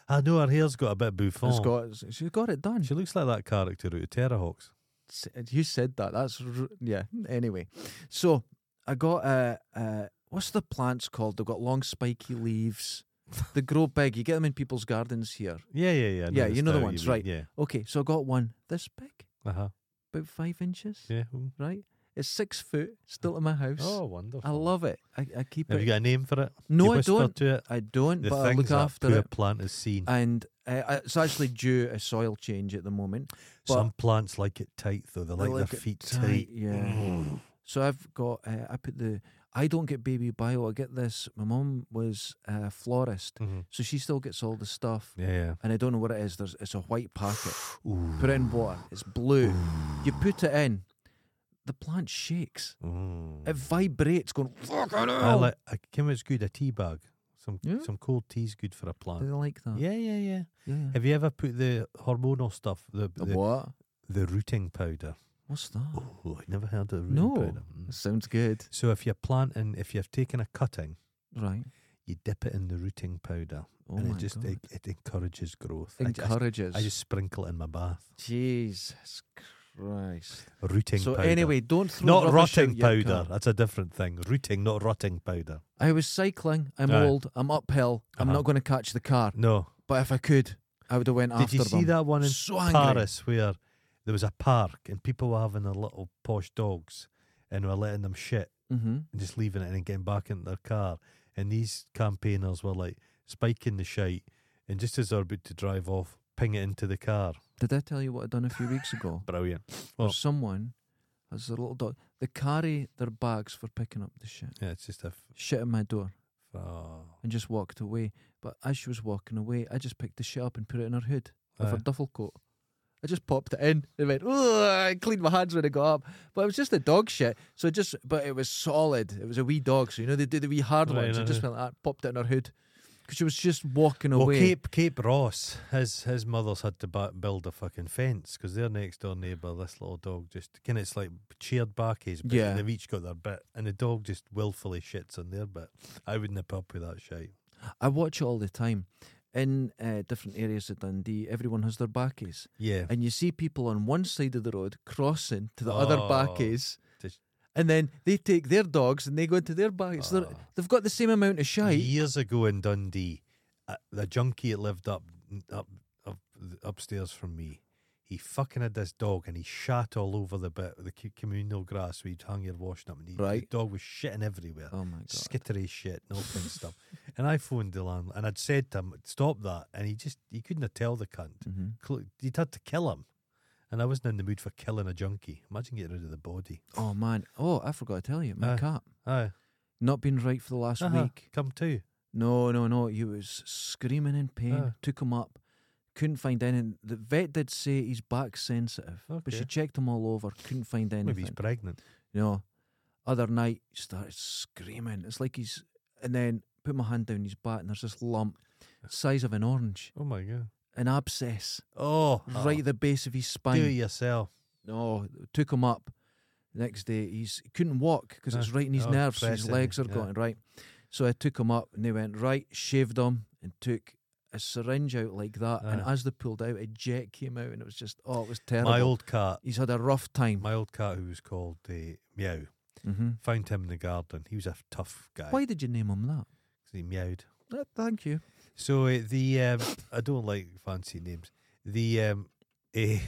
S2: I know her hair's got a bit bouffant.
S1: It's got, she's got it done.
S2: she looks like that character out of Terrahawks.
S1: S- uh, you said that. That's r- yeah. Anyway, so I got uh, uh, what's the plants called? They've got long spiky leaves. they grow big. You get them in people's gardens here.
S2: Yeah, yeah, yeah. I
S1: Yeah,
S2: the
S1: you know the
S2: style
S1: ones,
S2: mean,
S1: right.
S2: Yeah.
S1: Okay, so I got one this big,
S2: Uh huh.
S1: about five inches.
S2: Yeah.
S1: Right, it's six foot, still in my house.
S2: Oh, wonderful.
S1: I love it. I, I keep
S2: Have
S1: it.
S2: you got a name for it?
S1: no,
S2: you
S1: I
S2: whisper
S1: don't.
S2: To it.
S1: I don't.
S2: The
S1: but I
S2: things
S1: look
S2: that
S1: after
S2: poor
S1: it.
S2: plant has seen.
S1: And uh, I- it's actually due a soil change at the moment. but-
S2: Some plants like it tight though. They, like,
S1: like
S2: their
S1: it
S2: feet
S1: tight,
S2: tight. Mm-hmm.
S1: yeah. So I've got, uh, I put the, I don't get baby bio. I get this. My mum was a florist,
S2: Mhm.
S1: so she still gets all the stuff,
S2: Yeah.
S1: and I don't know what it is. There's, it's a white packet.
S2: Ooh.
S1: Put it in water. It's blue. You put it in, the plant shakes.
S2: Mm.
S1: It vibrates, going. Fucking
S2: I
S1: hell.
S2: like. I came it's good a tea bag. Some
S1: Yeah.
S2: some cold tea's good for a
S1: Do
S2: plant.
S1: they like that?
S2: Yeah, yeah, yeah.
S1: yeah. yeah.
S2: Have you ever put the hormonal stuff, the
S1: The
S2: the,
S1: what?
S2: the rooting powder?
S1: What's that?
S2: Oh, I never heard of rooting
S1: No.
S2: powder. Mm.
S1: That sounds good.
S2: So if you're planting, if you've taken a cutting,
S1: Right.
S2: you dip it in the rooting powder,
S1: Oh
S2: and
S1: my
S2: it just
S1: god.
S2: it, it encourages growth. I ju- I
S1: Encourages.
S2: I just sprinkle it in my bath.
S1: Jesus Christ.
S2: Rooting
S1: so
S2: powder.
S1: anyway, don't throw
S2: not
S1: rubbish out
S2: rotting
S1: your car.
S2: powder. That's a different thing. Rooting, not rotting powder.
S1: I was cycling. I'm
S2: Aye.
S1: old. I'm uphill. I'm
S2: Uh-huh.
S1: not going to catch the car.
S2: No.
S1: But if I could, I would have went
S2: Did
S1: after
S2: you see
S1: them.
S2: that one in
S1: so angry.
S2: Paris where there was a park and people were having their little posh dogs and were letting them shit
S1: Mm-hmm.
S2: and just leaving it and then getting back into their car? And these campaigners were like spiking the shite and just as they're about to drive off, ping it into the car.
S1: Did I tell you what I'd done a few weeks ago?
S2: Brilliant.
S1: Where
S2: Well-
S1: someone has their little dog. They carry their bags for picking up the shit.
S2: Yeah, it's just a. F-
S1: Shit at my door
S2: oh,
S1: and just walked away. But as she was walking away, I just picked the shit up and put it in her hood of her
S2: Aye.
S1: duffel coat. I just popped it in. It went, oh, I cleaned my hands when I got up. But it was just the dog shit. So it just, but it was solid. It was a wee dog. So, you know, they do the wee hard
S2: Right,
S1: ones. It
S2: aye.
S1: just went like that, popped it in her hood. Because she was just walking
S2: well,
S1: away.
S2: Cape Cape Ross, his his mother's had to ba- build a fucking fence because their next door neighbour, this little dog, just kind of it's like cheered back his bit.
S1: Yeah.
S2: They've each got their bit, and the dog just willfully shits on their bit. I would nip up with that shite.
S1: I watch it all the time. In uh, different areas of Dundee, everyone has their backies.
S2: Yeah,
S1: And you see people on one side of the road crossing to the other
S2: Oh,
S1: backies.
S2: just-
S1: And then they take their dogs and they go into their backies. They're
S2: Ah.
S1: They've got the same amount of shite.
S2: years ago in Dundee, uh, the junkie that lived up up up upstairs from me. He fucking had this dog and he shat all over the bit the cu- communal grass where you'd hung your washing up and he,
S1: Right.
S2: the dog was shitting everywhere.
S1: Oh my God.
S2: skittery shit and all kind of stuff. And I phoned the landlord and I'd said to him, stop that. And he just, he couldn't tell the cunt.
S1: hmm
S2: Cl- He'd had to kill him. And I wasn't in the mood for killing a junkie. Imagine getting rid of the body.
S1: Oh man. Oh, I forgot to tell you. My
S2: Aye.
S1: cat
S2: Aye.
S1: not been right for the last
S2: Uh. Uh-huh.
S1: week.
S2: Come to.
S1: No, no, no. He was screaming in pain.
S2: Aye.
S1: Took him up. Couldn't find anything. The vet did say he's back sensitive, but she
S2: Okay.
S1: checked him all over. Couldn't find anything.
S2: Maybe he's pregnant.
S1: No. Other night, he started screaming. It's like he's. And then put my hand down his back, and there's this lump,
S2: Uh.
S1: size of an orange,
S2: Oh my God.
S1: an abscess,
S2: Oh.
S1: right at the base of his
S2: oh, Do
S1: spine.
S2: it yourself.
S1: No, took him up. Next day, he's he couldn't walk because it's
S2: Ah,
S1: right in his
S2: oh,
S1: nerves. So his
S2: pressing,
S1: legs are
S2: yeah.
S1: gone, right? So I took him up, and they went right, shaved him, and took a syringe out like that. And
S2: Ah.
S1: as they pulled out, a jet came out, and it was just oh, it was terrible.
S2: My old cat,
S1: he's had a rough time.
S2: my old cat who was called uh, Meow,
S1: hmm
S2: found him in the garden. He was a tough guy.
S1: Why did you name him that?
S2: 'cause He meowed.
S1: Uh, thank you.
S2: So uh, the um, I don't like fancy names. The um, eh,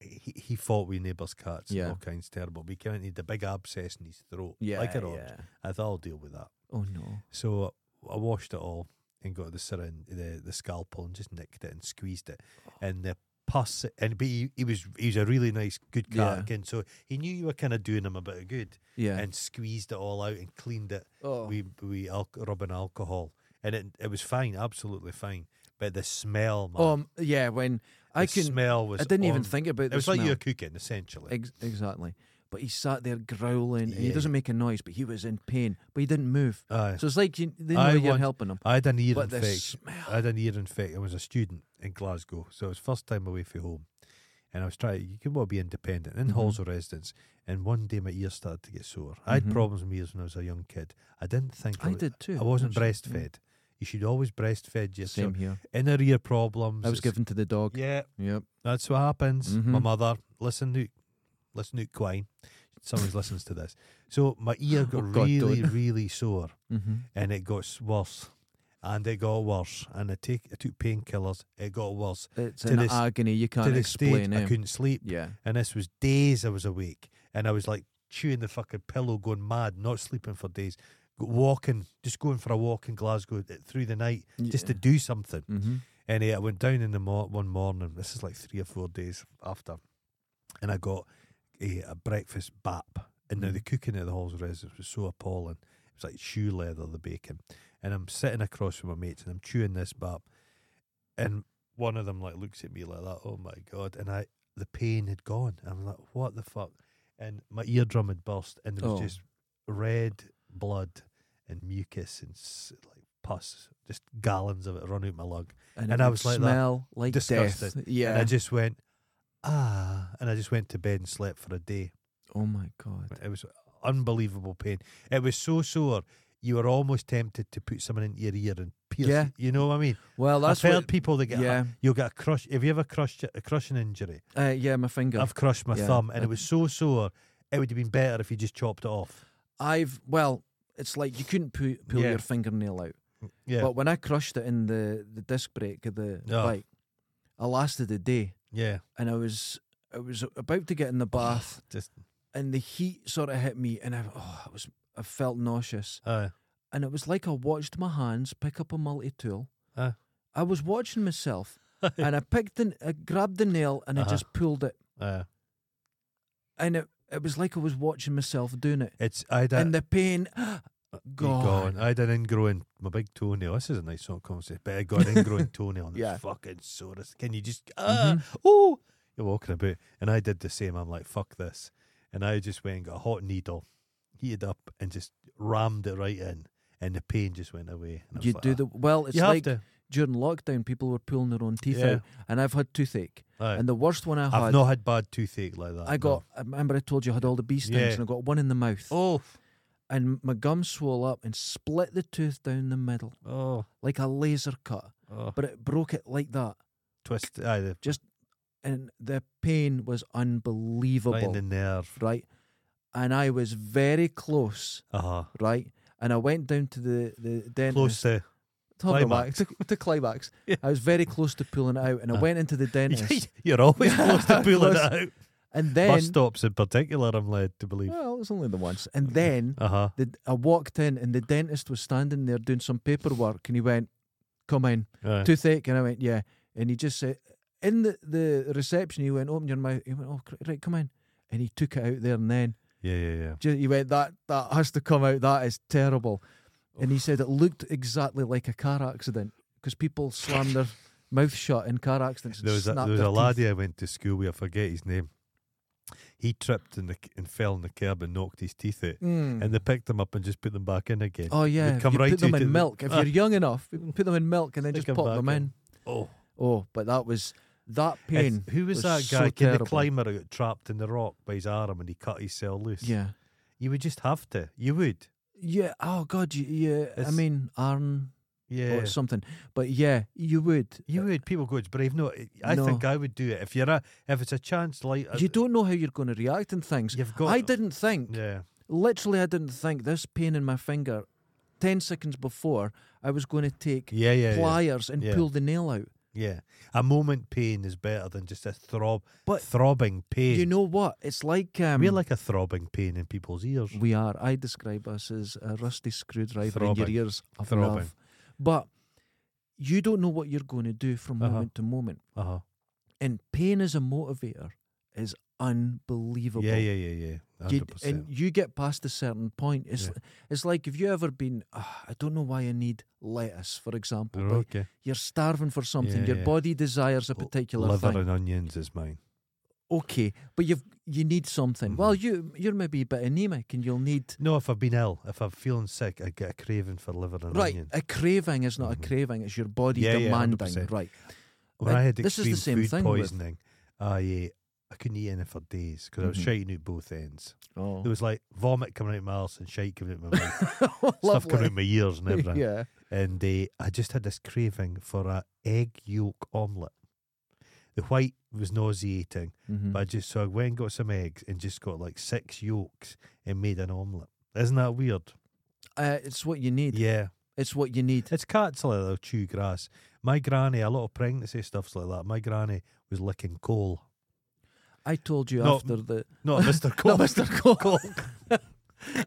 S2: he, he fought with neighbours' cats
S1: Yeah.
S2: and all kinds terrible. We came into the big abscess in his throat,
S1: Yeah,
S2: like an orange.
S1: yeah.
S2: I thought I'll deal with that.
S1: Oh no.
S2: So I washed it all and got the syringe, the, the scalpel, and just nicked it and squeezed it, and the pus. And but he, he was he was a really nice, good cat
S1: Yeah.
S2: again. So he knew you were kind of doing him a bit of good,
S1: Yeah.
S2: and squeezed it all out and cleaned it
S1: oh.
S2: we we al- rubbing alcohol, and it it was fine, absolutely fine. But the smell, man,
S1: Um. Yeah. When I
S2: the
S1: can,
S2: smell was.
S1: I didn't even
S2: on-
S1: think about.
S2: It
S1: the
S2: was like
S1: smell.
S2: you were cooking, essentially.
S1: Ex- exactly. But he sat there growling, and he
S2: Yeah.
S1: doesn't make a noise, but he was in pain, but he didn't move.
S2: Aye.
S1: So it's like you, they know
S2: I
S1: you're
S2: want-
S1: helping him.
S2: I had an ear
S1: But the
S2: infection.
S1: smell.
S2: I had an ear infection. I was a student in Glasgow, so it was first time away from home, and I was trying. You can well be independent
S1: Mm-hmm.
S2: in halls of residence. And one day my ear started to get sore. I had
S1: Mhm.
S2: problems with my ears when I was a young kid. I didn't think
S1: I
S2: was-
S1: did too,
S2: I wasn't
S1: actually, yeah.
S2: breastfed. You should always breastfed yourself.
S1: Same here.
S2: Inner ear problems.
S1: I was
S2: it's-
S1: given to the dog.
S2: Yeah,
S1: Yep.
S2: That's what happens. My
S1: Mhm.
S2: mother, listen, Luke, listen, Luke Quine. Someone listens to this. So my ear got
S1: Oh, God,
S2: really, really sore,
S1: Mm-hmm.
S2: and it got s- worse, and it got worse, and I take I took painkillers. It got worse
S1: It's
S2: To
S1: an
S2: this-
S1: agony you
S2: to
S1: can't
S2: the
S1: explain.
S2: stage I
S1: eh?
S2: couldn't sleep,
S1: Yeah.
S2: and this was days I was awake, and I was like chewing the fucking pillow, going mad, not sleeping for days, Go- walking, just going for a walk in Glasgow uh, through the night, just to do something.
S1: Mm-hmm.
S2: And eh, I went down in the mor- one morning. This is like three or four days after, and I got a, a breakfast bap. And now the cooking at the Hall's Residence was so appalling. It was like shoe leather, the bacon. And I'm sitting across from my mates, and I'm chewing this bap. And one of them like looks at me like that. Oh my god! And I, the pain had gone. I'm like, what the fuck? And my eardrum had burst, and there was
S1: Oh.
S2: just red blood and mucus and s- like pus, just gallons of it run out my lung.
S1: And,
S2: And
S1: it
S2: I
S1: would
S2: was like that,
S1: smell like death.
S2: disgusted.
S1: Yeah.
S2: And I just went, ah. And I just went to bed and slept for a day.
S1: oh my god.
S2: It was unbelievable pain. It was so sore, you were almost tempted to put someone into your ear and pierce.
S1: Yeah.
S2: You know what I mean?
S1: Well, that's
S2: I've heard
S1: what.
S2: people that get,
S1: yeah.
S2: you'll get a crush. Have you ever crushed a crushing injury?
S1: Uh, yeah. My finger. I've,
S2: I've crushed my
S1: Yeah,
S2: thumb and
S1: I-
S2: it was so sore, it would have been better if you just chopped it off.
S1: Well, it's like you couldn't pu- pull
S2: Yeah.
S1: your fingernail out.
S2: Yeah.
S1: But when I crushed it in the, the disc brake of the
S2: Oh.
S1: bike, I lasted a day
S2: yeah.
S1: and I was I was about to get in the bath
S2: Oh, Just
S1: and the heat sort of hit me and I oh, I was I felt nauseous.
S2: uh
S1: And it was like I watched my hands pick up a multi tool.
S2: Aye.
S1: I was watching myself and I picked the I grabbed the nail and I
S2: Uh-huh.
S1: just pulled it.
S2: uh
S1: And it, it was like I was watching myself doing it.
S2: it's I had a,
S1: and the pain gone.
S2: I had an ingrowing my big toenail. This is a nice sort of conversation, but I got an ingrowing toenail and
S1: Yeah. Mm-hmm.
S2: it's fucking sore. as- Can you just ah oh you're walking about and I did the same. I'm like, fuck this. And I just went and got a hot needle, heated up and just rammed it right in and the pain just went away. And I was
S1: Mm-hmm. You
S2: like,
S1: do
S2: "Ah,
S1: the well. It's
S2: you have
S1: like
S2: to.
S1: during lockdown, people were pulling their own teeth
S2: Yeah.
S1: out, and I've had toothache.
S2: Aye.
S1: And the worst one I
S2: I've
S1: had,
S2: not had bad toothache like that.
S1: I
S2: no.
S1: got. I remember I told you I had all the bee stings,
S2: Yeah.
S1: and I got one in the mouth,
S2: Oh
S1: and my gum swole up and split the tooth down the middle
S2: oh
S1: like a laser cut,
S2: oh
S1: but it broke it like that,
S2: twist aye the
S1: and the pain was
S2: right in
S1: unbelievable,
S2: the nerve.
S1: right? And I was very close,
S2: Uh huh.
S1: right? And I went down to the the dentist.
S2: Close to
S1: to have a
S2: climax.
S1: laugh, to, to climax.
S2: Yeah.
S1: I was very close to pulling it out, and I
S2: Uh.
S1: went into the dentist,
S2: You're always close to pulling
S1: Close.
S2: it out.
S1: and
S2: Bus
S1: then
S2: stops in particular, I'm led to believe.
S1: well, it was only the once, and then
S2: Uh huh.
S1: the, I walked in, and the dentist was standing there doing some paperwork, and he went, "Come in, toothache," and I went, "Yeah," and he just said, in the the reception, he went, "Open your mouth," he went, "Oh, cr- right, come in," and he took it out there, and then
S2: yeah, yeah, yeah.
S1: ju- he went, "That that has to come out. That is terrible," and he said it looked exactly like a car accident because people slam their mouth shut in car accidents. And
S2: There was a,
S1: snap
S2: there was
S1: their
S2: a
S1: teeth.
S2: laddie I went to school with. I forget his name. He tripped in the, and fell on the curb and knocked his teeth out.
S1: Mm.
S2: And they picked them up and just put them back in again.
S1: oh yeah,
S2: would come
S1: you
S2: right
S1: put them
S2: out
S1: in
S2: of the-
S1: milk. If
S2: Ah.
S1: you're young enough, you put them in milk and then
S2: Stick
S1: just
S2: 'em
S1: pop
S2: back
S1: them
S2: in.
S1: in.
S2: Oh,
S1: Oh, but that was that
S2: It's-
S1: pain.
S2: who was,
S1: was
S2: that
S1: so
S2: guy? Can the
S1: terrible.
S2: climber who got trapped in the rock by his arm and he cut his cell loose?
S1: Yeah,
S2: you would just have to. You would.
S1: yeah. Oh God, you, yeah. I
S2: It's-
S1: mean, iron
S2: Yeah,
S1: or something. But yeah, you would.
S2: you would. People go, it's brave. No, I
S1: No.
S2: think I would do it if you're a if it's a chance like uh,
S1: You don't know how you're going to react in things.
S2: You've got.
S1: I didn't think.
S2: Yeah.
S1: Literally, I didn't think this pain in my finger. Ten seconds before, I was going to take
S2: Yeah, yeah, yeah.
S1: pliers and
S2: Yeah.
S1: pull the nail out.
S2: Yeah, a moment pain is better than just a throb,
S1: But
S2: throbbing pain.
S1: You know what? It's like um,
S2: we're like a throbbing pain in people's ears.
S1: We are. I describe us as a rusty screwdriver in
S2: Throbbing.
S1: your ears of
S2: Throbbing.
S1: love. But you don't know what you're going to do from
S2: Uh-huh.
S1: moment to moment.
S2: Uh huh.
S1: And pain as a motivator is unbelievable.
S2: Yeah, yeah, yeah, yeah.
S1: You-
S2: Hundred
S1: and
S2: percent.
S1: you get past a certain point. It's
S2: Yeah.
S1: it's like if you ever been, "Ah, I don't know why I need lettuce, for example, but
S2: Okay.
S1: you're starving for something.
S2: Yeah,
S1: your
S2: yeah.
S1: body desires a
S2: L-
S1: particular
S2: Liver
S1: thing.
S2: and onions is mine.
S1: Okay, but you've you need something.
S2: Mhm.
S1: Well, you you're maybe a bit anemic, and you'll need
S2: No, if I've been ill, if I'm feeling sick, I get a craving for liver and
S1: Right, Uh,
S2: onion.
S1: a craving is not
S2: Mhm.
S1: a craving; it's your body
S2: Yeah, yeah,
S1: demanding.
S2: 100%.
S1: right,
S2: When
S1: I-
S2: I had
S1: this is the
S2: extreme
S1: same
S2: food
S1: thing with-
S2: poisoning, I ate. I couldn't eat anything for days because I was
S1: Mhm.
S2: shaking out both ends.
S1: oh,
S2: There was like vomit coming out of my arse and shit coming out of my mouth, stuff
S1: Lovely.
S2: coming out of my ears and everything.
S1: yeah,
S2: and uh, I just had this craving for a egg yolk omelette. The white was nauseating,
S1: Mhm.
S2: but I just so I went and got some eggs and just got like six yolks and made an omelette. Isn't that weird?
S1: uh, it's what you need.
S2: Yeah,
S1: It's what you need.
S2: it's cats like that chew grass. My granny, a lot of pregnancy stuffs like that. My granny was licking coal,
S1: I told you
S2: No,
S1: after the
S2: not Mister Coal.
S1: no, Mr. Cole.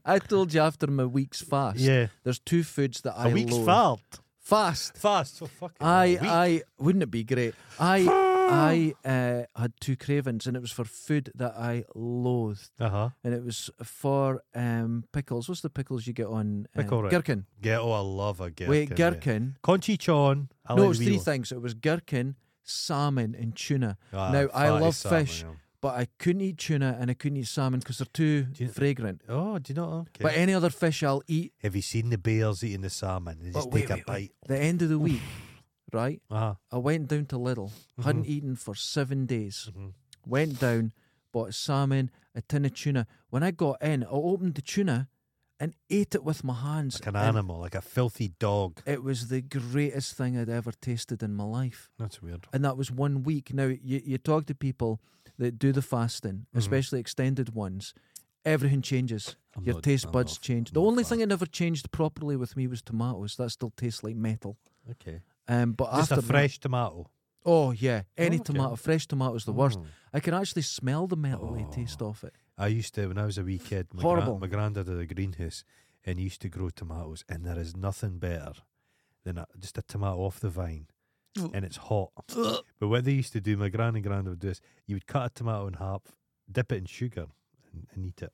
S1: I told you after my week's fast.
S2: Yeah,
S1: there's two foods that I
S2: a week's
S1: loathe.
S2: fart.
S1: Fast.
S2: Fast, oh, fucking
S1: I
S2: week.
S1: I wouldn't it be great? I I uh, had two cravings, and it was for food that I loathed,
S2: uh huh.
S1: and it was for um, pickles. What's the pickles you get on uh,
S2: Pickle, right.
S1: gherkin?
S2: Get oh, I love a gherkin.
S1: Wait,
S2: yeah.
S1: gherkin.
S2: Conchie chon. I
S1: no,
S2: like
S1: it was
S2: the wee
S1: three
S2: one.
S1: things. It was gherkin, salmon, and tuna.
S2: Ah,
S1: Now, I
S2: fatty
S1: love
S2: salmon,
S1: fish.
S2: yeah.
S1: But I couldn't eat tuna and I couldn't eat salmon because they're too
S2: Do you-
S1: fragrant.
S2: Oh, do you not? Okay.
S1: But any other fish I'll eat.
S2: Have you seen the bears eating the salmon? They
S1: But
S2: just
S1: wait,
S2: take a
S1: wait,
S2: bite.
S1: wait. The end of the week, right?
S2: Uh-huh.
S1: I went down to Lidl.
S2: Mm-hmm.
S1: Hadn't eaten for seven days. Went down, bought salmon, a tin of tuna. When I got in, I opened the tuna and ate it with my hands.
S2: Like an
S1: and
S2: animal, like a filthy dog.
S1: It was the greatest thing I'd ever tasted in my life.
S2: That's weird.
S1: and that was one week. Now you, you talk
S2: Mm-hmm.
S1: to people that do the fasting, especially extended ones, everything changes.
S2: I'm
S1: Your
S2: not-
S1: taste
S2: I'm
S1: buds
S2: not-
S1: change.
S2: I'm
S1: The
S2: not
S1: only
S2: fast.
S1: thing that never changed properly with me was tomatoes. That still tastes like metal.
S2: Okay.
S1: Um, but
S2: Just
S1: after
S2: a
S1: that-
S2: fresh tomato.
S1: oh yeah, any
S2: Oh, okay.
S1: tomato, fresh tomato's the worst.
S2: Mm.
S1: I can actually smell the metal they taste
S2: Oh.
S1: off it.
S2: I used to, when I was a wee kid, my, Gran-
S1: Horrible.
S2: my granddad had a greenhouse and he used to grow tomatoes, and there is nothing better than a, just a tomato off the vine and it's hot. But what they used to do, my gran and granda would do is you would cut a tomato in half, dip it in sugar, and, and eat it.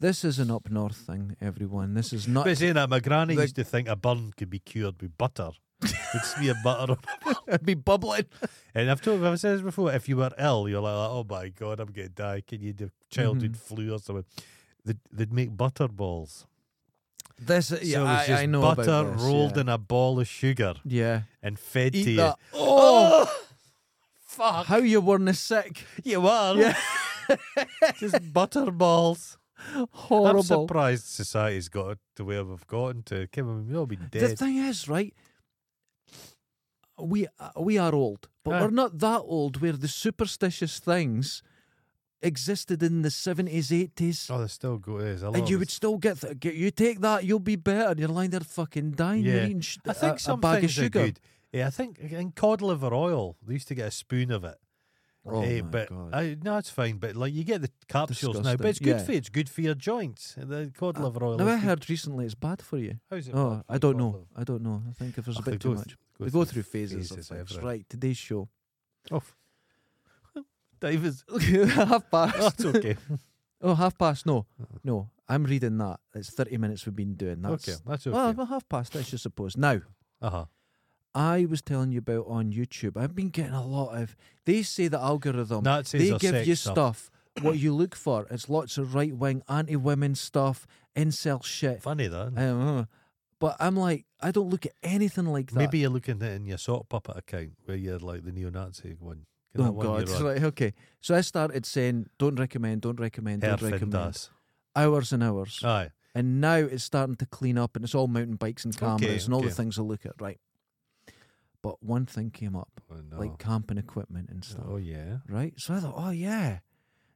S1: This is an up north thing, everyone. This is not
S2: But saying that, my granny
S1: the-
S2: used to think a burn could be cured with butter. You'd smear butter on it.
S1: It'd be bubbling.
S2: And I've told I've said this before, if you were ill, you're like, oh my God, I'm going to die. Can you do childhood
S1: Mhm.
S2: flu or something? They'd, they'd make butter balls.
S1: This, yeah,
S2: so it was
S1: I, I
S2: just
S1: know
S2: butter
S1: about this,
S2: rolled
S1: yeah.
S2: in a ball of sugar
S1: Yeah,
S2: and fed to
S1: eat
S2: you.
S1: that. Oh,
S2: Fuck.
S1: how you weren't as sick?
S2: You were.
S1: Yeah.
S2: just butter balls. I'm
S1: Horrible.
S2: surprised society's got to where we've gotten to. Kim, we'll all be dead.
S1: The thing is, right? We uh, we are old, but
S2: Aye.
S1: we're not that old. Where the superstitious things existed in the seventies, eighties,
S2: oh, they still go. There's a lot
S1: and you
S2: of
S1: would still get, th- get you take that, you'll be better. You're lying there fucking dying. You're
S2: Yeah.
S1: eating sh-
S2: I think
S1: a,
S2: some
S1: a bag of
S2: things are
S1: sugar.
S2: good. Yeah, I think in cod liver oil, they used to get a spoon of it.
S1: Oh
S2: Eh,
S1: my
S2: but
S1: God.
S2: I, no, it's fine. But like you get the capsules now, but it's
S1: Disgusting.
S2: good
S1: Yeah.
S2: for you. It's good for your joints. The cod
S1: Uh,
S2: liver oil.
S1: now
S2: is
S1: I
S2: good.
S1: heard recently it's bad for you.
S2: How's it
S1: Oh,
S2: bad for
S1: I
S2: the
S1: don't
S2: cod
S1: know.
S2: liver?
S1: I don't know. I think if there's a
S2: Oh, they
S1: bit too
S2: go
S1: much,
S2: th-
S1: they go through phases. of things.
S2: everything.
S1: Right, today's show.
S2: Oh, David's.
S1: half past.
S2: Oh, it's okay.
S1: Oh, half past. No, no. I'm reading that. It's 30 minutes we've been doing. That's,
S2: okay, that's okay.
S1: Oh, Well, well, half past, I should suppose. Now,
S2: uh huh.
S1: I was telling you about on YouTube. I've been getting a lot of. They say the algorithm.
S2: No, it says
S1: they
S2: our
S1: give
S2: sex
S1: you
S2: stuff.
S1: stuff. What you look for It's lots of right wing, anti women stuff, incel shit.
S2: Funny that. isn't it?
S1: Um, but I'm like, I don't look at anything like that.
S2: Maybe you're looking at it in your sock puppet account where you're like the neo-Nazi one. Get
S1: Oh
S2: that one
S1: God!
S2: you're on.
S1: Right, okay. So I started saying, "Don't recommend, don't recommend, don't recommend."
S2: Herfindas.
S1: Hours and hours,
S2: Aye.
S1: and now it's starting to clean up, and it's all mountain bikes and cameras
S2: Okay,
S1: and all the
S2: okay.
S1: things I look at, right? But one thing came up,
S2: Oh, no.
S1: like camping equipment and stuff,
S2: oh yeah.
S1: right? So I thought, "Oh yeah,